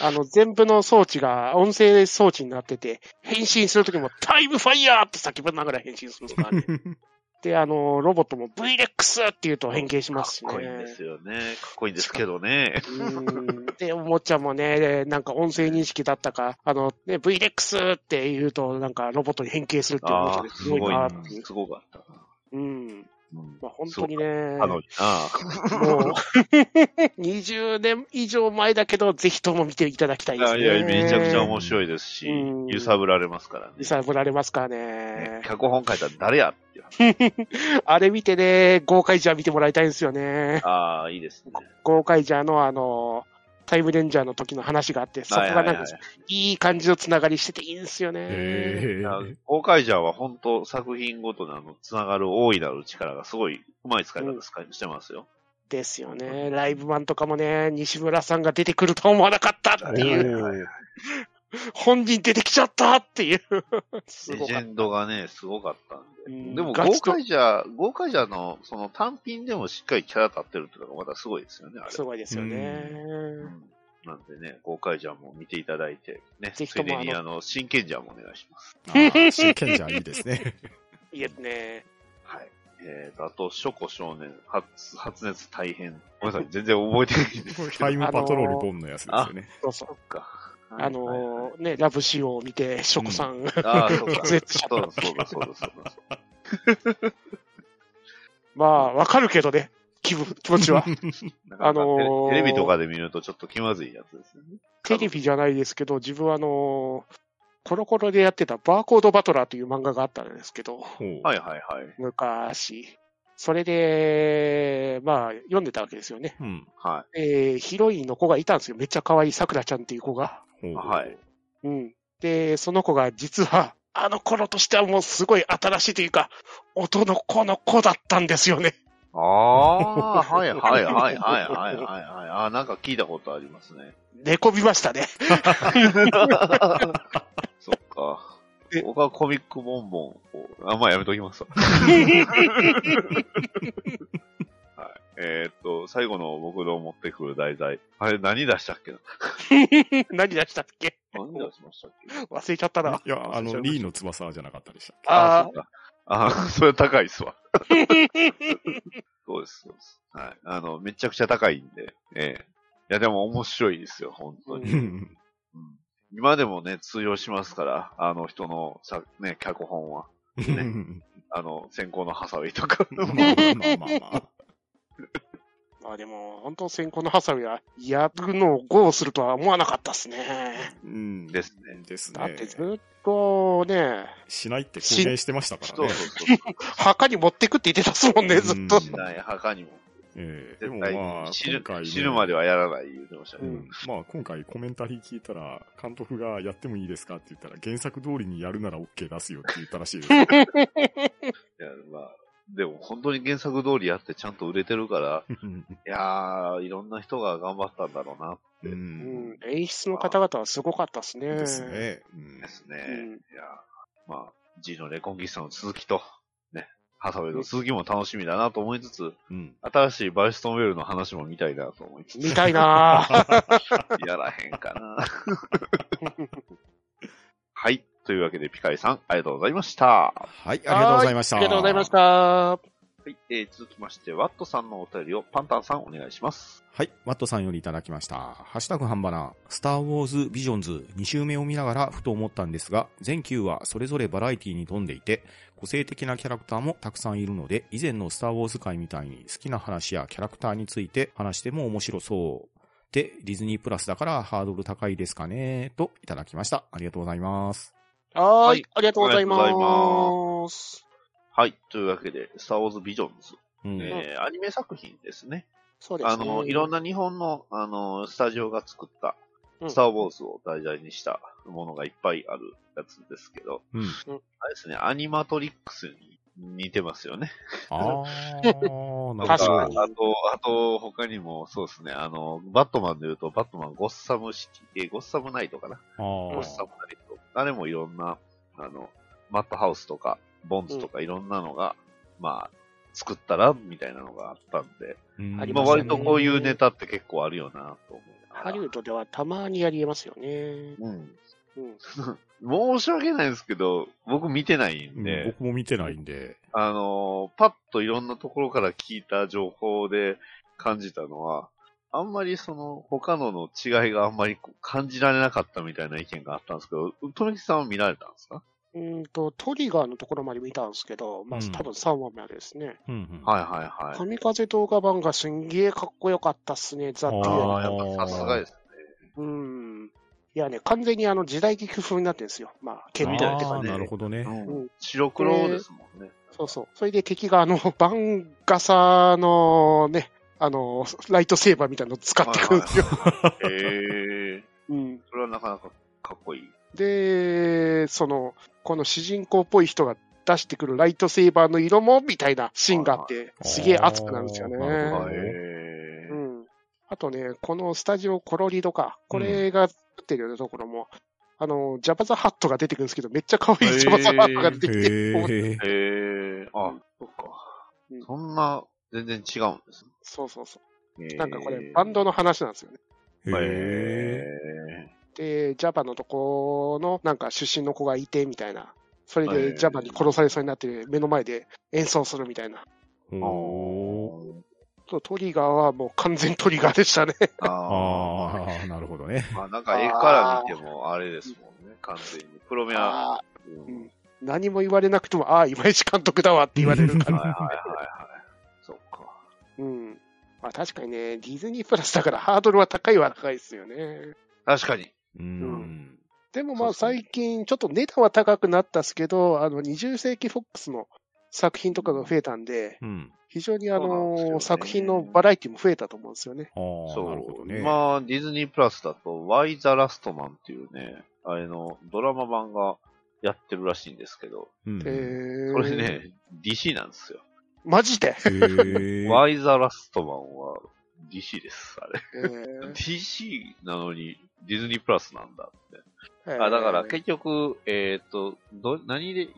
Speaker 2: あの、全部の装置が音声装置になってて、変身するときもタイムファイヤーって叫びながら変身するんですからね。 で、あの、ロボットも VREX って言うと変形しますしね。
Speaker 3: かっこいいんですよね。かっこいいんですけどね。
Speaker 2: うんで、おもちゃもね、なんか音声認識だったか、あの、ね、VREX って言うと、なんかロボットに変形するっていうおも
Speaker 3: あ
Speaker 2: ちゃ
Speaker 3: あ、
Speaker 2: です
Speaker 3: す
Speaker 2: ごい
Speaker 3: ごい
Speaker 2: な
Speaker 3: な
Speaker 2: っていう。。
Speaker 3: すごかったな。
Speaker 2: うん。
Speaker 3: うん
Speaker 2: まあ本当にね、
Speaker 3: あの、あ
Speaker 2: もう、20年以上前だけど、ぜひとも見ていただきたいです
Speaker 3: あ。
Speaker 2: ね。
Speaker 3: いや、めちゃくちゃ面白いですし、
Speaker 2: うん
Speaker 3: 揺さぶられますからね
Speaker 2: 揺。さぶられますから
Speaker 3: ね
Speaker 2: ね。
Speaker 3: 脚本書いたら誰やっていう話。
Speaker 2: あれ見てね、ゴーカイジャー見てもらいたいんですよね。
Speaker 3: ああ、いいですね。
Speaker 2: ゴーカイジャーのあの、タイムレンジャーの時の話があって、そこ
Speaker 3: はい
Speaker 2: が
Speaker 3: は
Speaker 2: ないんか
Speaker 3: はい。
Speaker 2: いい感じのつながりしてていいんですよね。
Speaker 1: へ
Speaker 3: いや
Speaker 1: ー
Speaker 3: 公開者は本当作品ごとのあの、つながる大いなる力がすごい、うまい使い方使いしてますよ。
Speaker 2: ですよね。ライブマンとかもね、西村さんが出てくると思わなかったっていう、
Speaker 3: はいはい
Speaker 2: 本人出てきちゃったっていう。す
Speaker 3: レ
Speaker 2: ご
Speaker 3: ジ
Speaker 2: か
Speaker 3: ェ
Speaker 2: っ
Speaker 3: ンドがね、すごかったん
Speaker 2: た。う
Speaker 3: で。
Speaker 2: ん
Speaker 3: でも、
Speaker 2: ガ
Speaker 3: 豪
Speaker 2: チと
Speaker 3: 快じゃ、豪快じゃの、その単品でもしっかりキャラ立ってるっていうのがまたすごいですよね、あれ
Speaker 2: す。ごいですよね。
Speaker 3: うんなんでね、豪快じゃも見ていただいて、ね、つ
Speaker 2: ぜひと
Speaker 3: い
Speaker 2: も
Speaker 3: でにあの、真剣じゃもお願いします。
Speaker 1: あー真剣じゃいいですね。
Speaker 2: いいですね。
Speaker 3: はい。えーと、あと、ショコ少年、発、発熱大変。ごめんなさい、全然覚えてないんですけど。
Speaker 1: タイムパトロールボンのやつですよね。
Speaker 2: そうそう。
Speaker 3: か。
Speaker 2: あのーね、ラブシーンを見て、ショコさん、
Speaker 3: ー、ああ、そうか。
Speaker 2: 発 熱しちゃった
Speaker 3: そうだ、そうだ、そうだ、そうだ。
Speaker 2: まあ、わかるけどね、気分、気持ち は。
Speaker 3: なかなか
Speaker 2: あのー
Speaker 3: テレテレビとかで見るとちょっと気まずいやつですよね。
Speaker 2: テレビじゃないですけど、自分はあのーコロコロでやってたバーコードバトラーという漫画があったんですけど、
Speaker 1: ほう
Speaker 3: はいはいはい。
Speaker 2: 昔。それで、まあ、読んでたわけですよね。
Speaker 1: うん
Speaker 3: は
Speaker 2: えーヒロインの子がいたんですよ。めっちゃ可愛いさくらちゃんっていう子が。
Speaker 1: ほう
Speaker 3: い。はい。
Speaker 2: うん。で、その子が実は、あの頃としてはもうすごい新しいというか、音の子の子だったんですよね。
Speaker 3: ああ、 はいはいはいはいはいはいはい。ああ、なんか聞いたことありますね。
Speaker 2: 寝込みましたね。
Speaker 3: そっか。僕はコミックボンボンを、あ、まあやめときますわ。はい。えーっと、最後の僕の持ってくる題材。あれ、何出したっけな
Speaker 2: 何出したっけ
Speaker 3: 何出しましたっけ
Speaker 2: 忘れちゃったな。
Speaker 1: いや、あの、リーの翼じゃなかったでしたっけ
Speaker 3: あ
Speaker 2: あ
Speaker 3: あ、そっか。ああ、 それ高いっすわ。そうです、そうです。はい。あの、めちゃくちゃ高いんで。ええいや、でも面白いですよ、本当に。
Speaker 2: う
Speaker 1: うんん
Speaker 3: うん今でもね、通用しますから、あの人のさ、ね、脚本は。ねあの、先行のハサウェイとか。
Speaker 1: まあまあまあまあまあ。
Speaker 2: まあでも、本当先行のハサウェイは、やるのをゴーするとは思わなかったっすね。
Speaker 1: うん
Speaker 3: ですね。
Speaker 1: です
Speaker 2: だっ
Speaker 1: ね
Speaker 2: て。ずっとね、
Speaker 1: しないって公言してましたか
Speaker 3: そ
Speaker 1: ら
Speaker 3: う
Speaker 1: ね。
Speaker 3: そうそう。
Speaker 2: 墓に持ってくって言ってたっすもんね、ずっと
Speaker 1: うん。
Speaker 3: しない墓にも。
Speaker 1: ええで
Speaker 3: 絶
Speaker 1: も
Speaker 3: 対
Speaker 1: まあ、
Speaker 3: 死ぬ
Speaker 1: 今回ね
Speaker 3: 死ぬまではやらない言ってました
Speaker 1: う
Speaker 3: ね。
Speaker 1: んまあ今回コメンタリー聞いたら、監督がやってもいいですかって言ったら、原作通りにやるなら OK 出すよって言ったらしいです。
Speaker 3: いやまあ、でも本当に原作通りやってちゃんと売れてるから、
Speaker 1: うん
Speaker 3: いやー、いろんな人が頑張ったんだろうな。
Speaker 1: う
Speaker 2: うんん、演出の方々はすごかったっすね。
Speaker 1: ですね。うん
Speaker 3: ですね。
Speaker 2: う
Speaker 3: い
Speaker 2: ん
Speaker 3: やーまあ、G のレコンギスタの続きと、ね、ハサウェイの続きも楽しみだなと思いつつ、
Speaker 1: うん。
Speaker 3: 新しいバイストンウェルの話も見たいなと思いつつ、
Speaker 2: 見たいなぁ。
Speaker 3: やらへんかな。 はい。というわけで、ピカイさん、ありがとうございました。
Speaker 1: はい、ありがとうございました。
Speaker 2: ありがとうございました。
Speaker 3: はい、えー続きまして、ワットさんのお便りをパンタンさんお願いします。
Speaker 1: はい、ワットさんよりいただきました。ハッシュタグ半ばな、スターウォーズビジョンズ2周目を見ながらふと思ったんですが、全9はそれぞれバラエティに富んでいて、個性的なキャラクターもたくさんいるので、以前のスターウォーズ界みたいに好きな話やキャラクターについて話しても面白そう。で、ディズニープラスだからハードル高いですかね、といただきました。ありがとうございます。
Speaker 2: はー
Speaker 3: はい
Speaker 2: い。ありがとうござい
Speaker 3: ありがとうご
Speaker 2: ます。
Speaker 3: はい、というわけで、スターウォーズビジョンズ、
Speaker 1: うん。
Speaker 3: えーアニメ作品ですね。
Speaker 2: そうです
Speaker 3: あ
Speaker 2: ね。
Speaker 3: の、いろん
Speaker 2: な。
Speaker 3: な日本の、あの、スタジオが作った
Speaker 2: う、ん
Speaker 3: スターウォーズを題材にしたものがいっぱいあるやつですけど、
Speaker 1: うん。
Speaker 3: あれですね、アニマトリックスに似てますよね。
Speaker 1: あー、なる
Speaker 2: 確
Speaker 1: ほ
Speaker 2: かに
Speaker 1: ど。
Speaker 3: あと、あと、他にも、そうですね、あの、バットマンで言うと、バットマンゴッサムシティ、えーゴッサムナイトかな。
Speaker 1: あ
Speaker 3: ゴッ
Speaker 1: ー
Speaker 3: サムナイト。あれもいろんな、あの、マットハウスとか、ボンズとかいろんなのが、まあ、作ったら、みたいなのがあったんで、
Speaker 1: うん
Speaker 2: あり
Speaker 3: ま
Speaker 2: ま
Speaker 3: あ
Speaker 2: すね
Speaker 3: 割とこういうネタって結構あるよな、と思うながら。
Speaker 2: ハリウッドではたまにやりえますよね。
Speaker 3: うん。
Speaker 2: うん。
Speaker 3: 申し訳ないですけど、僕見てないんで、
Speaker 1: うん僕も見てないんで。
Speaker 3: あのー、パッといろんなところから聞いた情報で感じたのは、あんまりその他のの違いがあんまりこう感じられなかったみたいな意見があったんですけど、富木さんは見られたんですか
Speaker 2: うーんと、トリガーのところまで見たんですけど、まあ、
Speaker 1: うん
Speaker 2: 多分3話までですね。
Speaker 1: うんうん
Speaker 3: はいはいはい。
Speaker 2: 神風動画版がすんげえかっこよかったっすね、ザ・デュ
Speaker 3: ああ、
Speaker 2: エ
Speaker 1: ー
Speaker 3: やっぱさすがですね。
Speaker 2: ル。うん。いやね、完全にあの時代劇風になってるんですよ。まあ、剣みたいなって
Speaker 1: あ
Speaker 2: 感
Speaker 1: ー
Speaker 2: じ
Speaker 1: な
Speaker 2: で
Speaker 1: る。ほどね。
Speaker 3: うん白黒ですもんね。
Speaker 2: そうそう。それで敵があの、バンガサのね、あの、ライトセーバーみたいなのを使ってくるんですよ。
Speaker 3: はいはいはいへえ。
Speaker 2: うん。
Speaker 3: それはなかなかかっこいい。
Speaker 2: で、その、この主人公っぽい人が出してくるライトセーバーの色も、みたいなシーンがあって、
Speaker 1: あー
Speaker 2: すげえ熱くなるんですよね。
Speaker 1: なるほど
Speaker 3: へ
Speaker 1: ね
Speaker 3: え
Speaker 2: う。ん。あとね、このスタジオコロリドか、これが作ってるようなところも、あの、ジャバザハットが出てくるんですけど、めっちゃ可愛いジャバザハットが出てきて、
Speaker 1: へえ。
Speaker 3: へえ。あ、そっか
Speaker 2: うん。
Speaker 3: そんな、全然違うんですね
Speaker 2: そうそうそ
Speaker 3: へ
Speaker 2: う。
Speaker 3: ー
Speaker 2: なんかこれ、バンドの話なんですよね。
Speaker 1: へ
Speaker 3: へ
Speaker 2: で、ジャバのとこの、なんか出身の子がいて、みたいな。それ
Speaker 3: え
Speaker 2: で
Speaker 3: ー
Speaker 2: ジャバに殺されそうになって、目の前で演奏するみたいな。
Speaker 1: え。
Speaker 3: ー
Speaker 1: おー。
Speaker 2: そうトリガーはもう完全トリガーでしたね。
Speaker 3: あ
Speaker 1: ああ、なるほどね。
Speaker 3: あ。まあなんか絵から見てもあれですもんね、完全に。プロメア。
Speaker 2: ああ
Speaker 3: うん
Speaker 2: うん何も言われなくても、ああ、今市監督だわって言わ れる
Speaker 3: はい
Speaker 2: か
Speaker 3: はいはい
Speaker 2: ら。
Speaker 3: はい。そっか。
Speaker 2: うん。まあ確かにね、ディズニープラスだからハードルは高いは高いですよね。
Speaker 3: 確かに。
Speaker 1: うん。
Speaker 2: でもまあ
Speaker 3: そうそう
Speaker 2: 最近、ちょっと値段は高くなったっすけど、あの、20世紀フォックスの作品とかが増えたんで、
Speaker 1: うん。
Speaker 2: 非常にあ
Speaker 3: そうなん
Speaker 2: の
Speaker 3: ですよね
Speaker 2: 作品のバラエティも増えたと思うんですよね。
Speaker 1: ああ、なるほ
Speaker 3: そ
Speaker 1: ど
Speaker 3: う。
Speaker 1: ね。
Speaker 3: 今、ディズニープラスだと、Why the Last Man っていうね、あれのドラマ版がやってるらしいんですけど、
Speaker 1: うん
Speaker 2: えー、
Speaker 3: これ。ね、DC なんですよ。
Speaker 2: マジで、
Speaker 1: へえ。
Speaker 3: Why the Last Man は DC です、あれ。
Speaker 2: えー
Speaker 3: DC なのにディズニープラスなんだって。 あ、だから結局、えっ、と、ど、何で、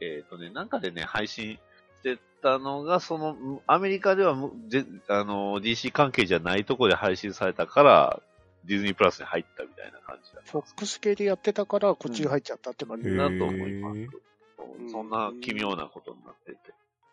Speaker 3: えっ、とね、なんかでね、配信してたのが、その、むアメリカではむぜあの、DC 関係じゃないとこで配信されたから、ディズニープラスに入ったみたいな感じだ。
Speaker 2: フォックス系でやってたから、こっちが入っちゃったって感じ。
Speaker 1: へー
Speaker 3: なと思います
Speaker 2: ん。
Speaker 3: そんな奇妙なことになってて。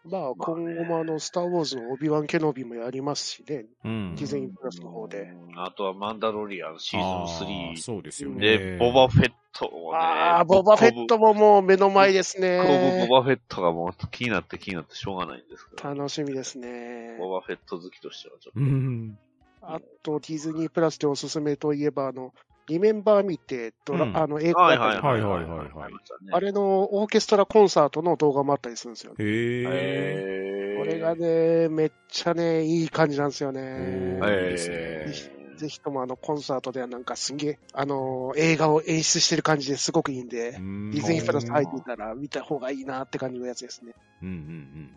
Speaker 2: まあ、今後もあの、スター・ウォーズのオビワン・ケノビもやりますしね。
Speaker 1: うん
Speaker 2: ディズニープラスの方で
Speaker 3: うん。あとはマンダロリアンシーズン
Speaker 1: あー
Speaker 3: 3
Speaker 1: そうですよね。
Speaker 3: で、ボバフェットをね。
Speaker 2: ああ、ボバフェットももう目の前です
Speaker 3: ボバ。
Speaker 2: ね。
Speaker 3: ボバフェットがもう気になって気になってしょうがないんですけど。
Speaker 2: 楽しみですね。
Speaker 3: ボバフェット好きとしてはちょっと。
Speaker 1: うん。
Speaker 2: あと、ディズニープラスでおすすめといえば、あの、リメンバー見て、ドラ、
Speaker 1: うん
Speaker 2: あの、映画
Speaker 3: は
Speaker 2: だ
Speaker 3: い
Speaker 2: った
Speaker 3: はい
Speaker 2: り
Speaker 1: は
Speaker 3: はいい
Speaker 1: は
Speaker 3: はいい
Speaker 1: はいはい
Speaker 2: あれのオーケストラコンサートの動画もあったりするんですよね。
Speaker 1: へえ。
Speaker 3: え
Speaker 2: これがね、めっちゃね、いい感じなんですよ
Speaker 1: へ
Speaker 2: ね。
Speaker 1: ー
Speaker 3: え
Speaker 1: え
Speaker 2: ぜひともあのコンサートではなんかすげえ、あのー映画を演出してる感じですごくいいんで、
Speaker 1: デ
Speaker 2: デ
Speaker 1: ィ
Speaker 2: ィズニープラス
Speaker 3: は
Speaker 2: 入ってたら見た方がいいなって感じのやつですね。
Speaker 1: うんうんうん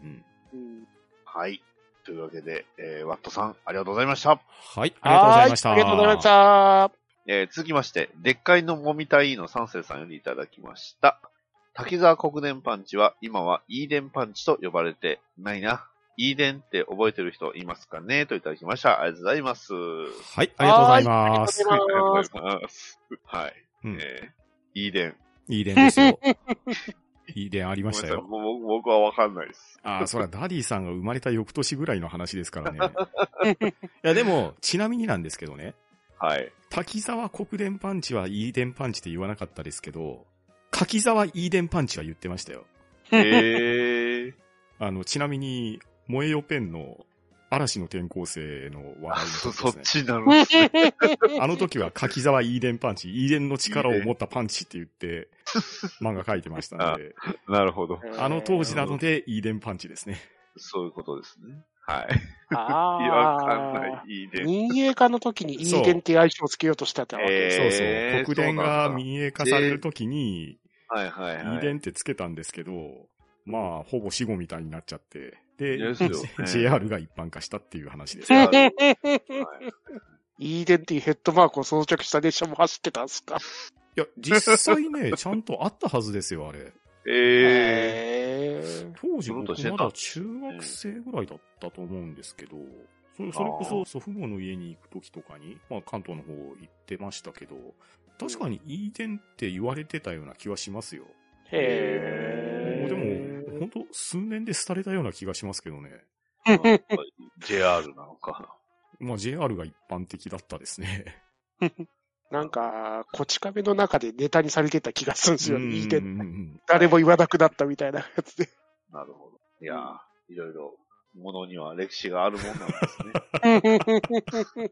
Speaker 1: うん。
Speaker 2: うん、
Speaker 3: はい。というわけで、えーワットさん、ありがとうございました。
Speaker 1: はい、ありがとうございました。
Speaker 2: はーありがとうございまし。た。
Speaker 3: えー続きまして、でっかいのもみたいの三世さんよりいただきました。滝沢国電パンチは、今はイーデンパンチと呼ばれてないな。イーデンって覚えてる人いますかねといただきました。ありがとうございます。
Speaker 1: はい、ありがとうござい
Speaker 2: はーいありがとうご
Speaker 1: ま
Speaker 2: ざい
Speaker 1: す。
Speaker 2: ます
Speaker 3: ありがとうございます。はい。
Speaker 1: うん
Speaker 3: えーイーデン。
Speaker 1: いい伝ですよ。遺伝ありま
Speaker 3: ご
Speaker 1: し
Speaker 3: めん
Speaker 1: た
Speaker 3: な
Speaker 1: よ。
Speaker 3: さい僕僕はわかんないです。
Speaker 1: ああ、そら、ダディさんが生まれた翌年ぐらいの話ですからね。 いや、でも、ちなみになんですけどね、
Speaker 3: はい。
Speaker 1: 滝沢国電パンチはイーデンパンチって言わなかったですけど、柿沢イーデンパンチは言ってましたよ。
Speaker 3: えー、
Speaker 1: あの、ちなみに、萌えよペンの嵐の転校生の話
Speaker 3: あ
Speaker 1: 題
Speaker 3: そ、
Speaker 1: の 時
Speaker 3: そ
Speaker 1: で
Speaker 3: っ
Speaker 1: すね。
Speaker 3: ちになるんですね。
Speaker 1: あの時は柿沢イーデンパンチ、イーデンの力を持ったパンチって言って、漫画書いてましたので、
Speaker 3: なるほど。
Speaker 1: あの当時なのでイーデンパンチですね。
Speaker 3: そういうことですね。はい。
Speaker 2: あ
Speaker 3: いや、わかんな
Speaker 2: あ。
Speaker 3: い。いいね。
Speaker 2: 民営化の時にイーデンっていう愛称をつけようとしたってわけです。
Speaker 1: そうそう
Speaker 3: え。ー
Speaker 1: 国電が
Speaker 3: そうなんだ
Speaker 1: 民営化される時に、
Speaker 3: はいはいはい。
Speaker 1: 遺伝ってつけたんですけど、まあ、ほぼ死後みたいになっちゃって、で、
Speaker 3: ですよね
Speaker 1: JR が一般化したっていう話 です。
Speaker 3: そうはい
Speaker 2: イーデンっていうヘッドマークを装着した列車も走ってたんですか。
Speaker 1: いや、実際 ね、ちゃんとあったはずですよ、あれ。
Speaker 3: え
Speaker 2: え
Speaker 1: 当時
Speaker 3: その
Speaker 1: 僕
Speaker 3: 年出た
Speaker 1: まだ中学生ぐらいだったと思うんですけど、それそれこそ祖父母の家に行く時とかに、まあ関東の方行ってましたけど、確かに遺伝って言われてたような気はしますよ。
Speaker 2: へえ
Speaker 1: もうでも、本当数年で廃れたような気がしますけどね。
Speaker 3: ー、やっぱり JR なのか。
Speaker 1: まあ JR が一般的だったですね。
Speaker 2: なんか、こち亀の中でネタにされてた気がするんですよ、ね。イーデ
Speaker 1: うん
Speaker 2: ン。
Speaker 1: うんうん
Speaker 2: 誰も言わなくなったみたいなやつ で。
Speaker 3: なるほど。いやー、いろいろ、ものには歴史があるもんなんです ね。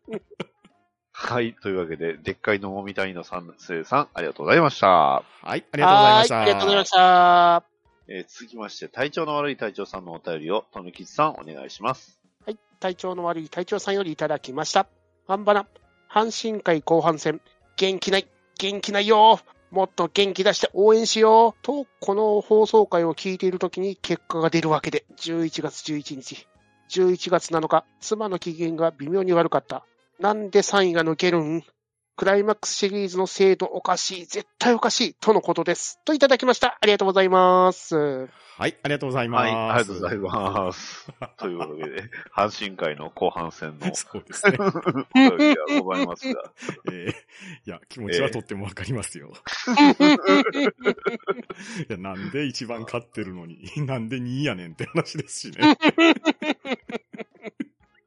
Speaker 3: はい。というわけで、でっかいのもみたいの三世さん、ありがとうございました。
Speaker 1: はい、あ
Speaker 2: あ
Speaker 1: りがとうございました。
Speaker 2: ありがとうございました。
Speaker 3: えー続きまして、体調の悪い隊長さんのお便りを、とめきちさん、お願いします。
Speaker 2: はい、体調の悪い隊長さんよりいただきました。半ばな、阪神会後半戦、元気ない、元気ないよもっと元気出して応援しようと、この放送回を聞いている時に結果が出るわけで、11月11日。11月7日、妻の機嫌が微妙に悪かった。なんで3位が抜けるんクライマックスシリーズの精度おかしい、絶対おかしい、とのことです。といただきました。ありがとうございます。
Speaker 1: はい、ありがとうございます。
Speaker 3: はい。ありがとうございます。というわけで、阪神会の後半戦 の
Speaker 1: そうです ね。
Speaker 3: お便りがございますが、
Speaker 1: えーいや、気持ちはとってもわかりますよ。いや、なんで一番勝ってるのに、 なんで2位やねんって話ですしね。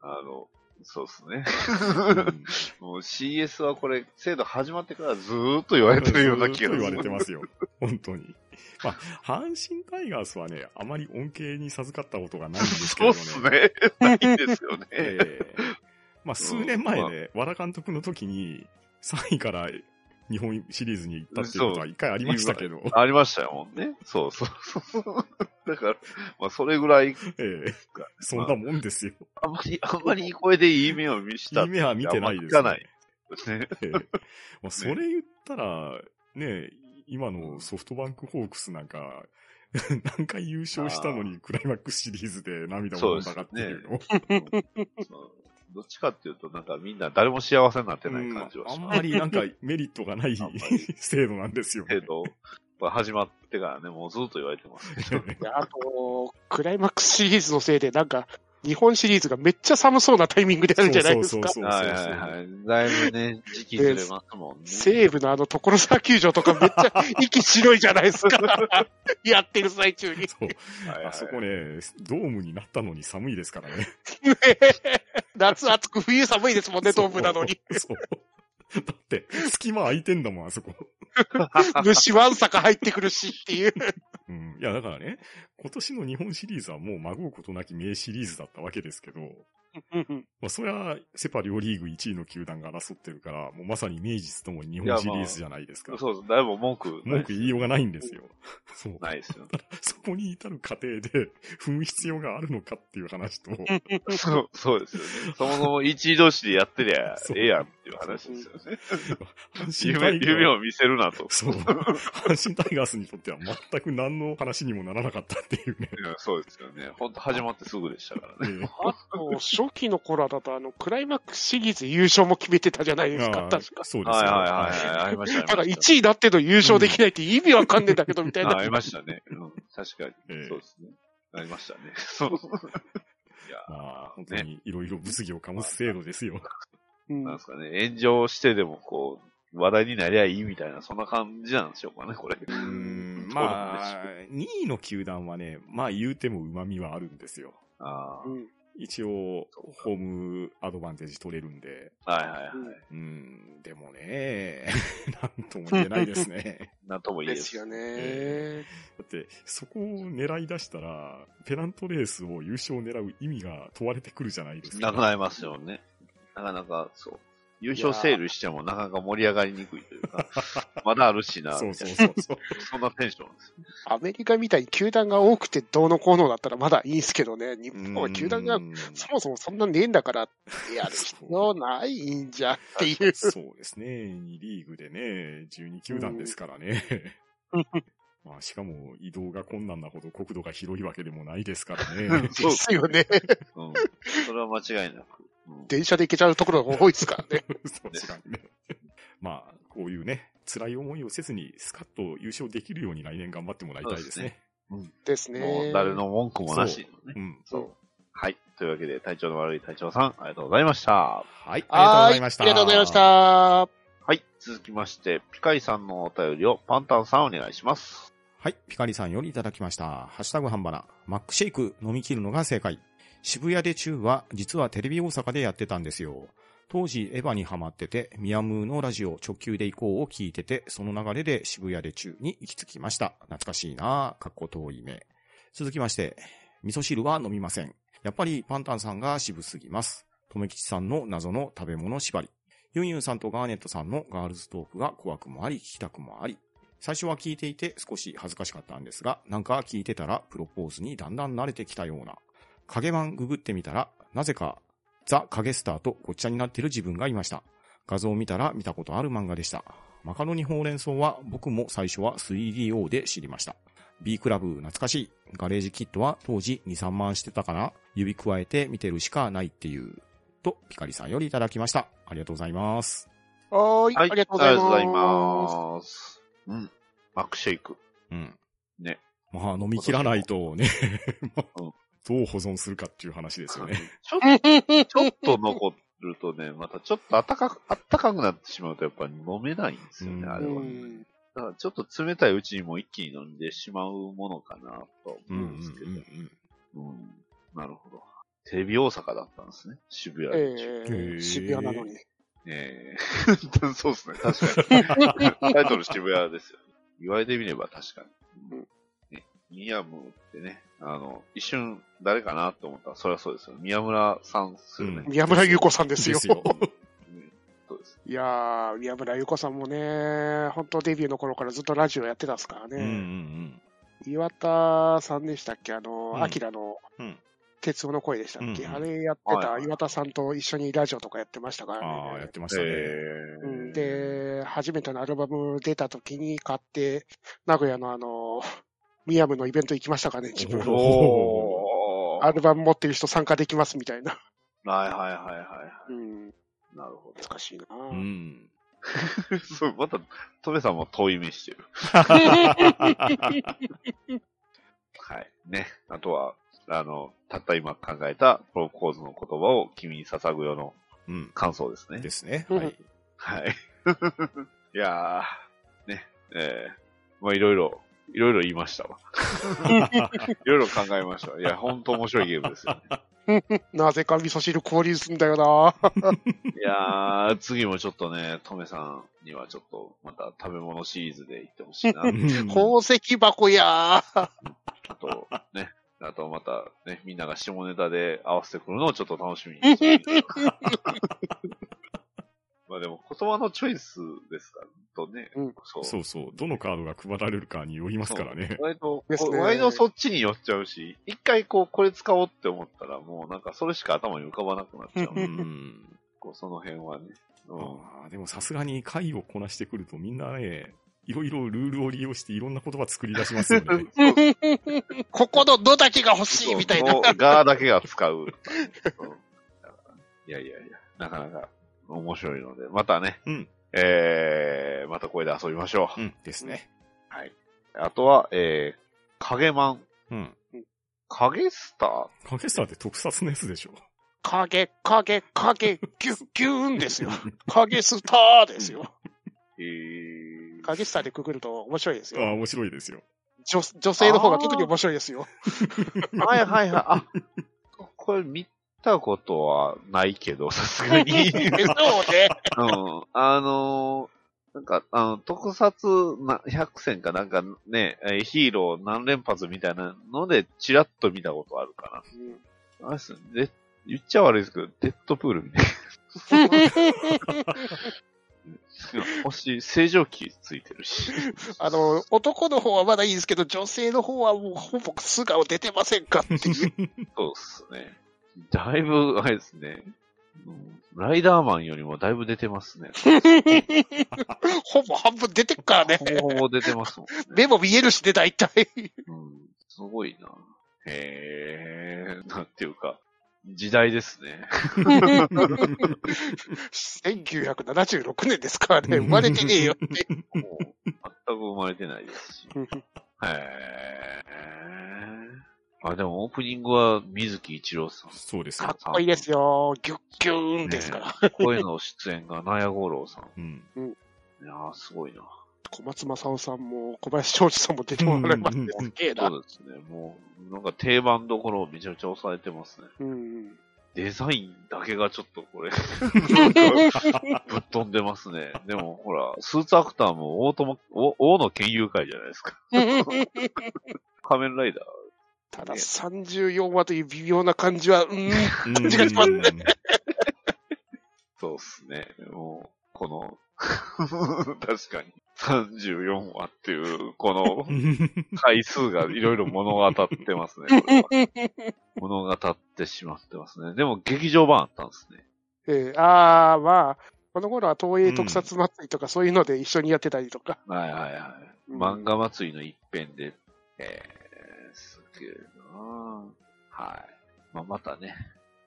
Speaker 3: あの、そうですね。
Speaker 1: うん
Speaker 3: もう CS はこれ、制度始まってからずーっと言われてるような気が
Speaker 1: ずっと言
Speaker 3: す
Speaker 1: われて
Speaker 3: る。
Speaker 1: ますよ。本当に。まあ、阪神タイガースはね、あまり恩恵に授かったことがないんですけ
Speaker 3: そう
Speaker 1: れ
Speaker 3: っ
Speaker 1: どね。
Speaker 3: すね。ないですよね。
Speaker 1: ええまあ、数年前ね、和田監督の時に、3位から日本シリーズに行ったっていうことは一回ありましたけど、
Speaker 3: ありましたよもんね。そうそうそう。だから、まあ、それぐらい、
Speaker 1: ええそんなもんですよ。
Speaker 3: あんまり、あんまりいい声でいい目を見した。
Speaker 1: 夢は見てないです、
Speaker 3: あんま聞かない。です ね。
Speaker 1: ええまあ、それ言ったら、ね、今のソフトバンクホークスなんか、 何回優勝したのにクライマックスシリーズで涙を流がっていうの
Speaker 3: そうどっちかっていうと、なんかみんな誰も幸せになってない感じ
Speaker 1: うん
Speaker 3: は
Speaker 1: あ
Speaker 3: し
Speaker 1: ん
Speaker 3: ます。
Speaker 1: まりなん かメリットがない
Speaker 3: あんまり
Speaker 1: 制度なんですよね、
Speaker 3: けど、まあ始まってからね、もうずっと言われて ますけど。
Speaker 2: いやあと、クライマックスシリーズのせいで、なんか、日本シリーズがめっちゃ寒そうなタイミングであるじゃないですか
Speaker 1: そ。うそう
Speaker 3: はい
Speaker 1: そう
Speaker 3: はいはい。だいぶね、時期ずれますもんね。
Speaker 2: 西武のあの所沢球場とかめっちゃ 息白いじゃないですか。やってる最中に。
Speaker 1: そう
Speaker 3: はいは
Speaker 1: あ
Speaker 3: い
Speaker 1: そこね、ドームになったのに寒いですからね。
Speaker 2: 夏暑く冬寒いですもんね、東部なのに。
Speaker 1: そう。そうだって、隙間空いてんだもん、あそこ。
Speaker 2: 虫わんさか入ってくるしって いう。
Speaker 1: うん。いや、だからね、今年の日本シリーズはもうまごうことなき名シリーズだったわけですけど、まあ、そりゃ、セパ両リーグ1位の球団が争ってるから、もうまさに名実ともに日本シリーズじゃないですか。
Speaker 3: そうそう、だいぶ文句ない
Speaker 1: 文句言いようがないんですよ。そう。
Speaker 3: ないですよね。
Speaker 1: そこに至る過程で、踏む必要があるのかっていう話と、
Speaker 3: そう、そうですよね。そもそも一位同士でやってりゃ
Speaker 1: そう
Speaker 3: ええやんっていう話ですよね。
Speaker 1: 阪神タ
Speaker 3: 夢
Speaker 1: イガー
Speaker 3: 夢を見せるなと。
Speaker 1: そう。阪神タイガースにとっては全く何の話にもならなかったっていうね。
Speaker 3: いやそうですよね。本当始まってすぐでしたからね。
Speaker 2: あと、初期の頃だと、あの、クライマックスシリーズ優勝も決めてたじゃないですか、
Speaker 1: あー
Speaker 2: 確か。
Speaker 1: そうです
Speaker 3: はい
Speaker 1: よ
Speaker 3: はいはいはい。ありました。
Speaker 2: ただ
Speaker 3: ありま
Speaker 2: 1位だっての優勝できないって意味わかんねえんだけど、みたい
Speaker 3: したあ
Speaker 2: な。
Speaker 3: ありましたね。うん確か
Speaker 1: ええ
Speaker 3: に。そうですね。ありましたね。そう。
Speaker 1: まあ、本当にいろいろ物議を醸す制度ですよ。
Speaker 2: うん
Speaker 3: なんですかね。炎上してでもこう、話題になりゃいいみたいな、そんな感じなんでしょうかね、これ。
Speaker 1: うーんまあ、2位の球団はね、まあ言うても旨味はあるんですよ。
Speaker 3: あ
Speaker 2: うん。
Speaker 1: 一応、ホームアドバンテージ取れるんで。
Speaker 3: あ、はいはいはい。
Speaker 1: うん、でもね、 なんとも言えないです ね。
Speaker 3: なんとも
Speaker 2: うん、
Speaker 3: 言えで
Speaker 2: で
Speaker 3: すす。
Speaker 2: よね。
Speaker 1: だって、そこを狙い出したら、ペナントレースを優勝を狙う意味が問われてくるじゃないですか。
Speaker 3: なくなりますよね。なかなか、そう。優勝セールしてもなかなか盛り上がりにくいという か、まだあるしな、
Speaker 1: そう
Speaker 3: みた
Speaker 1: そ
Speaker 3: いうな
Speaker 1: そうそ う。
Speaker 3: そんなテンションです。。
Speaker 2: アメリカみたいに球団が多くてどうのこうのだったらまだいいんすけどね、日本は球団が
Speaker 1: うん
Speaker 2: そもそもそんなねえんだから、やる必要ないんじゃって いう。
Speaker 1: そうですね。2リーグでね、12球団ですから ね。まあ、しかも移動が困難なほど国土が広いわけでもないですからね
Speaker 2: で
Speaker 3: そう
Speaker 2: すよね。
Speaker 3: うん。それは間違いなく。うん
Speaker 2: 電車で行けちゃうところが多いですからね。
Speaker 1: そう確かにね。まあ、こういうね、辛い思いをせずに、スカッと優勝できるように来年頑張ってもらいたいですね。
Speaker 2: ですね。
Speaker 3: もう誰の文句もなしのね。
Speaker 1: うん。
Speaker 2: そう。
Speaker 3: はい。というわけで、体調の悪い隊長さん、ありがとうございました。
Speaker 1: はい、
Speaker 2: は
Speaker 1: あ
Speaker 2: い
Speaker 1: りがとうございました。
Speaker 2: ありがとうございまし。た。
Speaker 3: はい。続きまして、ピカイさんのお便りをパンタンさんお願いします。
Speaker 1: はい、ピカリさんよりいただきました。ハッシュタグ半ばな。マックシェイク飲み切るのが正解。渋谷で中は実はテレビ大阪でやってたんですよ。当時エヴァにハマってて、ミヤムーのラジオ直球で行こうを聞いてて、その流れで渋谷で中に行き着きました。懐かしいなぁ、かっこ遠い目。続きまして、味噌汁は飲みません。やっぱりパンタンさんが渋すぎます。とめきちさんの謎の食べ物縛り。ユンユンさんとガーネットさんのガールズトークが怖くもあり、聞きたくもあり。最初は聞いていて少し恥ずかしかったんですが、なんか聞いてたらプロポーズにだんだん慣れてきたような。影マンググってみたら、なぜかザ・影スターとごっちゃになってる自分がいました。画像を見たら見たことある漫画でした。マカロニほうれん草は僕も最初は 3DO で知りました。B クラブ懐かしい。ガレージキットは当時2、3万してたかな指加えて見てるしかないっていう。と、ピカリさんよりいただきました。ありがとうございます。
Speaker 2: はーい。あ
Speaker 3: はい。
Speaker 2: りがとうござい
Speaker 3: ありが
Speaker 2: ます。
Speaker 3: とうございます。うん。マックシェイク。
Speaker 1: うん。
Speaker 3: ね。
Speaker 1: まあ、飲み切らないとね、まあ
Speaker 3: うん
Speaker 1: どう保存するかっていう話ですよね。
Speaker 3: ちょっちょっと残るとね、またちょっとあったかく、あったかくなってしまうとやっぱり飲めないんですよね、
Speaker 1: うん
Speaker 3: あ
Speaker 2: う
Speaker 3: れは。
Speaker 2: ん
Speaker 3: だからちょっと冷たいうちにもう一気に飲んでしまうものかなとは
Speaker 1: うん
Speaker 3: 思うんですけ
Speaker 1: う
Speaker 3: ど。
Speaker 1: んう
Speaker 3: うんんなるほど。テレビ大阪だったんですね、渋
Speaker 2: え
Speaker 3: 谷で。
Speaker 2: ー、渋谷なのに。
Speaker 3: えー そうですね、確かに。タイトル渋谷ですよ、ね。言われてみれば確かに。
Speaker 2: うん
Speaker 3: ね、宮村ってね、あの、一瞬誰かなと思ったら、それはそうですよ。宮村さんですよね。
Speaker 1: うん
Speaker 2: 宮村優子さんで
Speaker 1: です
Speaker 2: よ。
Speaker 1: すよ。
Speaker 3: うんそうです。
Speaker 2: いやー、宮村優子さんもね、本当デビューの頃からずっとラジオやってたっすから
Speaker 1: うんうんう
Speaker 2: ね。
Speaker 1: ん。
Speaker 2: 岩田さんでしたっけあの、
Speaker 1: うん
Speaker 2: アキラの
Speaker 1: うん、
Speaker 2: 鉄夫の声でしたっけ、
Speaker 1: うんうん
Speaker 2: あれやってた岩田さんと一緒にラジオとかやってましたからね。
Speaker 1: ああ、やってましたね。
Speaker 3: えー
Speaker 2: うん、で、初めてのアルバム出た時に買って、名古屋のあの、 ミヤムのイベント行きましたからね、自分。
Speaker 3: おー。
Speaker 2: アルバム持ってる人参加できますみたいな。
Speaker 3: はいはいはいは
Speaker 2: うん、
Speaker 3: い。なるほ
Speaker 2: 難しいな、
Speaker 1: うん。
Speaker 3: ど。 そう、また、トメさんも遠い目してる。はい。ね。あとは、あの、たった今考えたプロポーズの言葉を君に捧ぐよの
Speaker 1: うん。
Speaker 3: 感想ですね
Speaker 1: で。すね。はい。
Speaker 3: はい。 いやー、ね、えー、まあいろいろ、いろいろ言いましたわ。いろいろ考えました。いや、ほんと面白いゲームですよ、ね。
Speaker 2: なぜか味噌汁交流すんだよな
Speaker 3: いやー、次もちょっとね、トメさんにはちょっと、また食べ物シリーズで行ってほしいな。
Speaker 1: うん
Speaker 2: 宝石箱やー
Speaker 3: あと、ね、あとまた、ね、みんなが下ネタで合わせてくるのをちょっと楽しみにして る。 まあでも、言葉のチョイスですから、とね、
Speaker 2: うん
Speaker 3: そう。
Speaker 1: そうそう。どのカードが配られるかによりますからね。
Speaker 3: 割と、
Speaker 2: ですね
Speaker 3: 割とそっちに寄っちゃうし、一回こう、これ使おうって思ったら、もうなんかそれしか頭に浮かばなくなっちゃう。
Speaker 1: うん。
Speaker 3: こうその辺はね。うん。
Speaker 1: あーでもさすがに会をこなしてくるとみんなね、いろいろルールを利用していろんな言葉作り出しますよね
Speaker 3: そう
Speaker 2: ここのどだけが欲しいみたいな。
Speaker 3: そうガーだけが使う。うんいやいやいや、なかなか面白いので、またね、
Speaker 1: うん
Speaker 3: えー、またこれで遊びましょう。
Speaker 1: うん。ですね。
Speaker 3: あとは、えー、影マン、
Speaker 1: うん。
Speaker 3: 影スター
Speaker 1: カゲスターって特撮のやつでしょ。
Speaker 2: 影、影、影、ギュッギューンですよ。影スターですよ。
Speaker 3: えー、
Speaker 2: 影スターでくぐると面白いです
Speaker 1: ああ、
Speaker 2: よ。
Speaker 1: 面白いですよ。
Speaker 2: 女女性の方が特に面白いですよ。
Speaker 3: はいはいはい。あ、これ見たことはないけど、さすがに。
Speaker 2: えそうね。
Speaker 3: うん。あのーなんか、あの、特撮な100選かなんかね、えーヒーロー何連発みたいなので、チラッと見たことあるかな。あれっすね。で、言っちゃ悪いですけど、デッドプールみたいな。星、正常期ついてるし。
Speaker 2: あの、男の方はまだいいですけど、女性の方はもうほぼ素顔出てません かっていう。
Speaker 3: そうっすね。だいぶ、あれですね。うんライダーマンよりもだいぶ出てますね。
Speaker 2: ほぼ半分出てっからね
Speaker 3: ほ。ぼほぼ出てますもんね。
Speaker 2: 目も見えるしね、大体。
Speaker 3: うん、すごいな。へえ、なんていうか、時代ですね。
Speaker 2: 1976年ですからね、生まれてねえよって。
Speaker 3: もう、全く生まれてないですし。へえ。あ、でもオープニングは水木一郎さん。
Speaker 1: そうです
Speaker 2: か
Speaker 1: よ
Speaker 2: っ。こいいですよ。ギュッギューンですから。
Speaker 3: 声の出演が納屋五郎さん。
Speaker 1: うん。
Speaker 3: いやー、すごいな。
Speaker 2: 小松政夫さんも小林昌司さんも出てもらいましたね
Speaker 1: うん
Speaker 2: すげえな。
Speaker 3: そうですね。もう、なんか定番どころをめちゃめちゃ抑えてますね。
Speaker 2: うん。
Speaker 3: デザインだけがちょっとこれ、 ぶっ飛んでますね。でもほら、スーツアクターも大友、お大野研究会じゃないですか。仮面ライダー。
Speaker 2: ただ34話という微妙な感じは、うん。
Speaker 1: うん
Speaker 2: 違います
Speaker 3: そうっすね。もう、この、 確かに。34話っていう、この回数がいろいろ物語ってますね。これは物語ってしまってますね。でも劇場版あったんですね。
Speaker 2: えー、ああ、まあ、この頃は東映特撮祭りとかそういうので一緒にやってたりとか。
Speaker 3: はいはいはい。漫画祭りの一編で、えー、すげえなあはい。まあ、またね、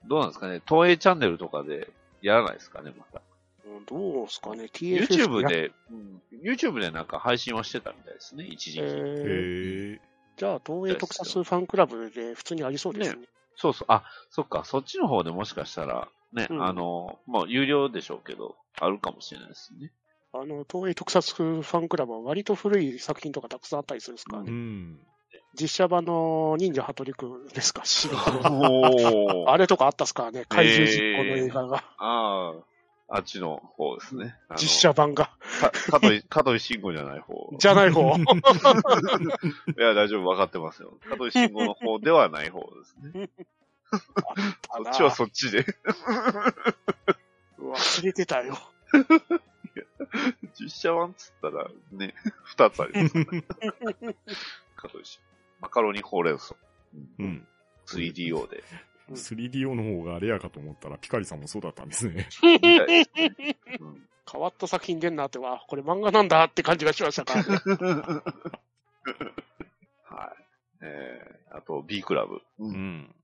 Speaker 3: どうなんですかね、東映チャンネルとかでやらないですかね、また。
Speaker 2: うんどうすかね、TFS。
Speaker 3: YouTube。で、うん、YouTube でなんか配信はしてたみたいですね、一時期。
Speaker 2: え
Speaker 1: へ
Speaker 2: ー、
Speaker 1: え。
Speaker 2: じゃあ、東映特撮ファンクラブで普通にありそうですね。
Speaker 3: そうそう、あ、そっか、そっちの方でもしかしたら、ね、
Speaker 2: うん
Speaker 3: あの、まあ、有料でしょうけど、あるかもしれないですね。
Speaker 2: あの、東映特撮ファンクラブは割と古い作品とかたくさんあったりするんですからね。
Speaker 1: うん。
Speaker 2: 実写版の忍者ハトリくんですか、白
Speaker 3: お
Speaker 2: 黒 あれとかあったっすからね、怪獣実行の映画が、
Speaker 3: ああ、あっちの方ですね。あの
Speaker 2: 実写版が、
Speaker 3: か加藤、加藤慎吾じゃない方。
Speaker 2: じゃない 方。
Speaker 3: いや、大丈夫、分かってますよ。加藤慎吾の方ではない方ですね。そっちはそっちで。
Speaker 2: 忘れてたよ。
Speaker 3: 実写版っつったら、ね、二つありますからね。加藤慎吾。マカロニほうれん草。
Speaker 1: うん。
Speaker 3: 3DO で。
Speaker 1: 3DO の方がレアかと思ったら、ピカリさんもそうだったんですね。
Speaker 3: みたいですねうん
Speaker 2: 変わった作品出んなっては、これ漫画なんだって感じがしました からね。
Speaker 3: はい。えー、あと、B クラブ。
Speaker 1: う
Speaker 3: うん
Speaker 1: ん。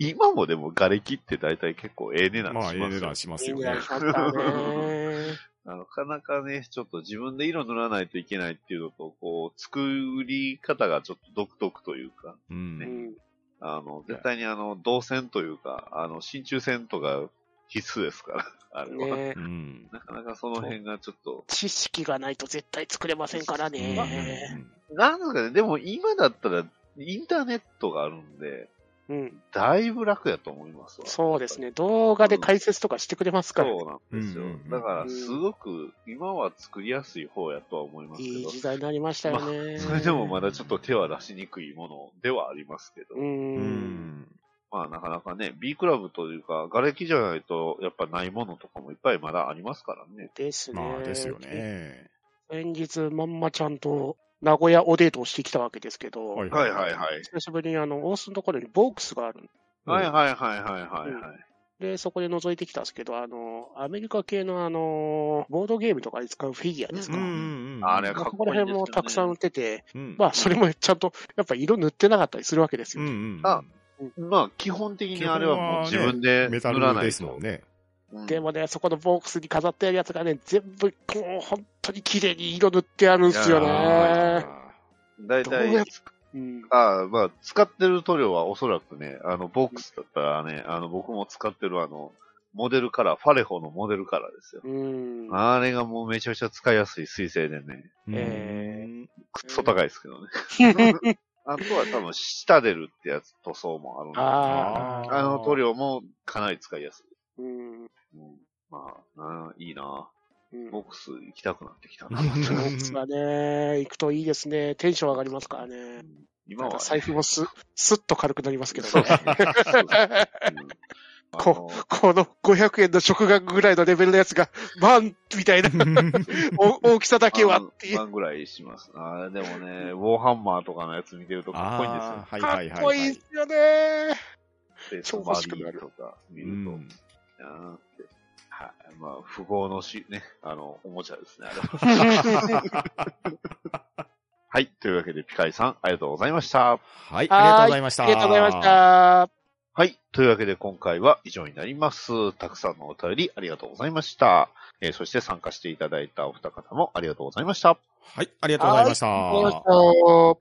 Speaker 3: 今もでも、瓦礫って大体結構ええ値段し
Speaker 1: ま
Speaker 3: ま
Speaker 1: あ、
Speaker 3: す
Speaker 1: え
Speaker 3: よ
Speaker 1: え値段します
Speaker 2: いい
Speaker 1: よ
Speaker 2: ね
Speaker 1: ね。
Speaker 2: だったね。
Speaker 3: なかなかね、ちょっと自分で色塗らないといけないっていうのと、こう、作り方がちょっと独特というか、
Speaker 1: う。
Speaker 2: うんん。
Speaker 3: あの、絶対にあの、銅線というか、あの、真鍮線とか必須ですから、 あれは。
Speaker 2: ね
Speaker 1: うん。
Speaker 3: なかなかその辺がちょっと、
Speaker 2: 知識がないと絶対作れませんからね。
Speaker 3: なんですかね、でも今だったら、インターネットがあるんで、
Speaker 2: うん。
Speaker 3: だいぶ楽やと思いますわ。
Speaker 2: そうですね。動画で解説とかしてくれますからね。
Speaker 3: そうなんですよ
Speaker 1: うんうんうん。
Speaker 3: だから、すごく、今は作りやすい方やとは思いますけ
Speaker 2: いい
Speaker 3: ど、
Speaker 2: 時代になりましたよね。
Speaker 3: それでもまだちょっと手は出しにくいものではありますけど、
Speaker 2: う。
Speaker 1: うんん。
Speaker 3: まあなかなかね、B クラブというか、瓦礫じゃないとやっぱないものとかもいっぱいまだありますからね。
Speaker 2: ですね。
Speaker 1: まあ、ですよ。ね。
Speaker 2: 先日、まんまちゃんと名古屋おデートをしてきたわけですけど、
Speaker 1: はい
Speaker 3: はいはいはい。
Speaker 2: 久しぶりにあの、大須のところにボークスがあるん
Speaker 3: はいはいはいはいはいはい。
Speaker 2: で、そこで覗いてきたんですけど、あの、アメリカ系のあの、ボードゲームとかに使うフィギュアです
Speaker 1: う
Speaker 2: か。
Speaker 1: んう
Speaker 2: ま
Speaker 1: んうん。
Speaker 3: あれ
Speaker 2: あ
Speaker 3: はかっ
Speaker 2: そこ
Speaker 3: こいい
Speaker 2: ら
Speaker 3: ですよね
Speaker 2: 辺もたくさん売ってて、
Speaker 1: うん。
Speaker 2: まあ、それもちゃんと、やっぱ色塗ってなかったりするわけです
Speaker 1: う
Speaker 2: よ。
Speaker 1: んうん。
Speaker 3: あまあ基本的にあれはもう自分で
Speaker 1: メタ
Speaker 3: 塗ら
Speaker 1: ル
Speaker 3: ない
Speaker 1: です
Speaker 3: と
Speaker 1: もんね。
Speaker 3: うん
Speaker 2: でもね、そこのボックスに飾ってあるやつがね、全部、こう、本当に綺麗に色塗ってあるんですよ
Speaker 3: い
Speaker 2: ね
Speaker 3: や。大
Speaker 2: どうや
Speaker 3: 体
Speaker 2: っ、うん。
Speaker 3: ああ、まあ使ってる塗料はおそらくね、あのボックスだったらね、あの僕も使ってるあの、モデルカラー、ファレホのモデルカラーですよ。
Speaker 2: うん。
Speaker 3: あれがもうめちゃくちゃ使いやすい水性でね、
Speaker 1: うん
Speaker 2: え
Speaker 3: くっそ高いですけどね。 あとは多分、シタデルってやつ、塗装もあるので、
Speaker 2: あ
Speaker 1: ー
Speaker 2: あ。
Speaker 3: あの塗料もかなり使いやすい。
Speaker 2: うん。
Speaker 3: うん、まあな、いいな。
Speaker 2: うん
Speaker 3: ボックス行きたくなってきたな。
Speaker 1: う
Speaker 2: まあね、行くといいですね。テンション上がりますからね。
Speaker 3: 今はね、
Speaker 2: 財布も す、すっと軽くなりますけど
Speaker 3: そう
Speaker 2: ね
Speaker 3: で。すね。そうですねうん
Speaker 2: こ この500円の食玩ぐらいのレベルのやつが、万みたいな、 お大きさだけはっていう。
Speaker 3: 万ぐらいします。あーでもね、ウォーハンマーとかのやつ見てるとかっこいいんですよ
Speaker 1: あ。ーはい
Speaker 2: か
Speaker 1: はい
Speaker 2: っ
Speaker 1: はい
Speaker 2: こ
Speaker 1: はい
Speaker 2: いっ
Speaker 1: い。
Speaker 2: す よね。
Speaker 3: で、
Speaker 2: 超
Speaker 3: ソ
Speaker 2: 欲
Speaker 3: マ
Speaker 2: し
Speaker 3: リ
Speaker 2: くなる
Speaker 3: ーとか見
Speaker 1: う
Speaker 3: ると、
Speaker 1: ん
Speaker 3: なーって。はい。まあ、富豪のし、ね、あの、おもちゃですね、あれははい。というわけで、ピカイさん、ありがとうございまし
Speaker 1: は
Speaker 3: た。
Speaker 1: い、ありがとうございました。
Speaker 2: ありがとうございまし。た。
Speaker 3: はい。というわけで今回は以上になります。たくさんのお便りありがとうございました。えーそして参加していただいたお二方もありがとうございました。
Speaker 1: はい、ありがとうございまし
Speaker 2: ありが
Speaker 1: た。
Speaker 2: と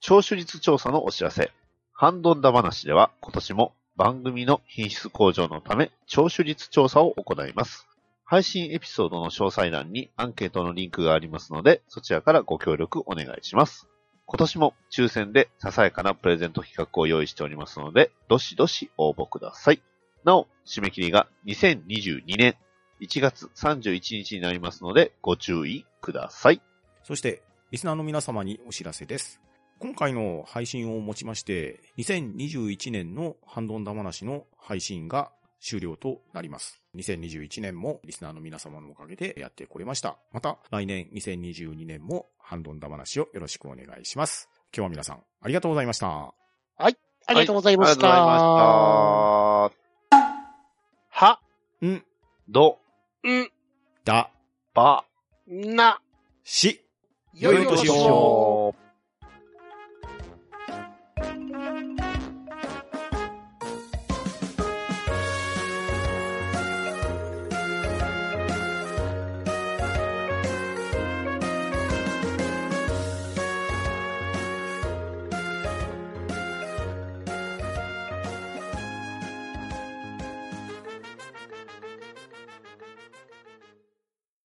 Speaker 3: 聴取率調査のお知らせ。ハンドンダ話では今年も番組の品質向上のため聴取率調査を行います。配信エピソードの詳細欄にアンケートのリンクがありますので、そちらからご協力お願いします。今年も抽選でささやかなプレゼント企画を用意しておりますので、どしどし応募ください。なお、締め切りが2022年1月31日になりますので、ご注意ください。
Speaker 1: そして、リスナーの皆様にお知らせです。今回の配信をもちまして、2021年のハンドンダ話の配信が終了となります。2021年もリスナーの皆様のおかげでやってこれました。また来年2022年もハンドンダ話をよろしくお願いします。今日は皆さんありがとうございました。
Speaker 2: う。ありがとうございました。
Speaker 3: ありがとうございました。
Speaker 2: は、
Speaker 1: ん、
Speaker 3: ど、
Speaker 2: ん、
Speaker 1: だ、
Speaker 3: ば、
Speaker 2: な、
Speaker 1: し。
Speaker 2: よいお
Speaker 1: 良いお
Speaker 2: 年
Speaker 1: 年
Speaker 2: を。
Speaker 1: を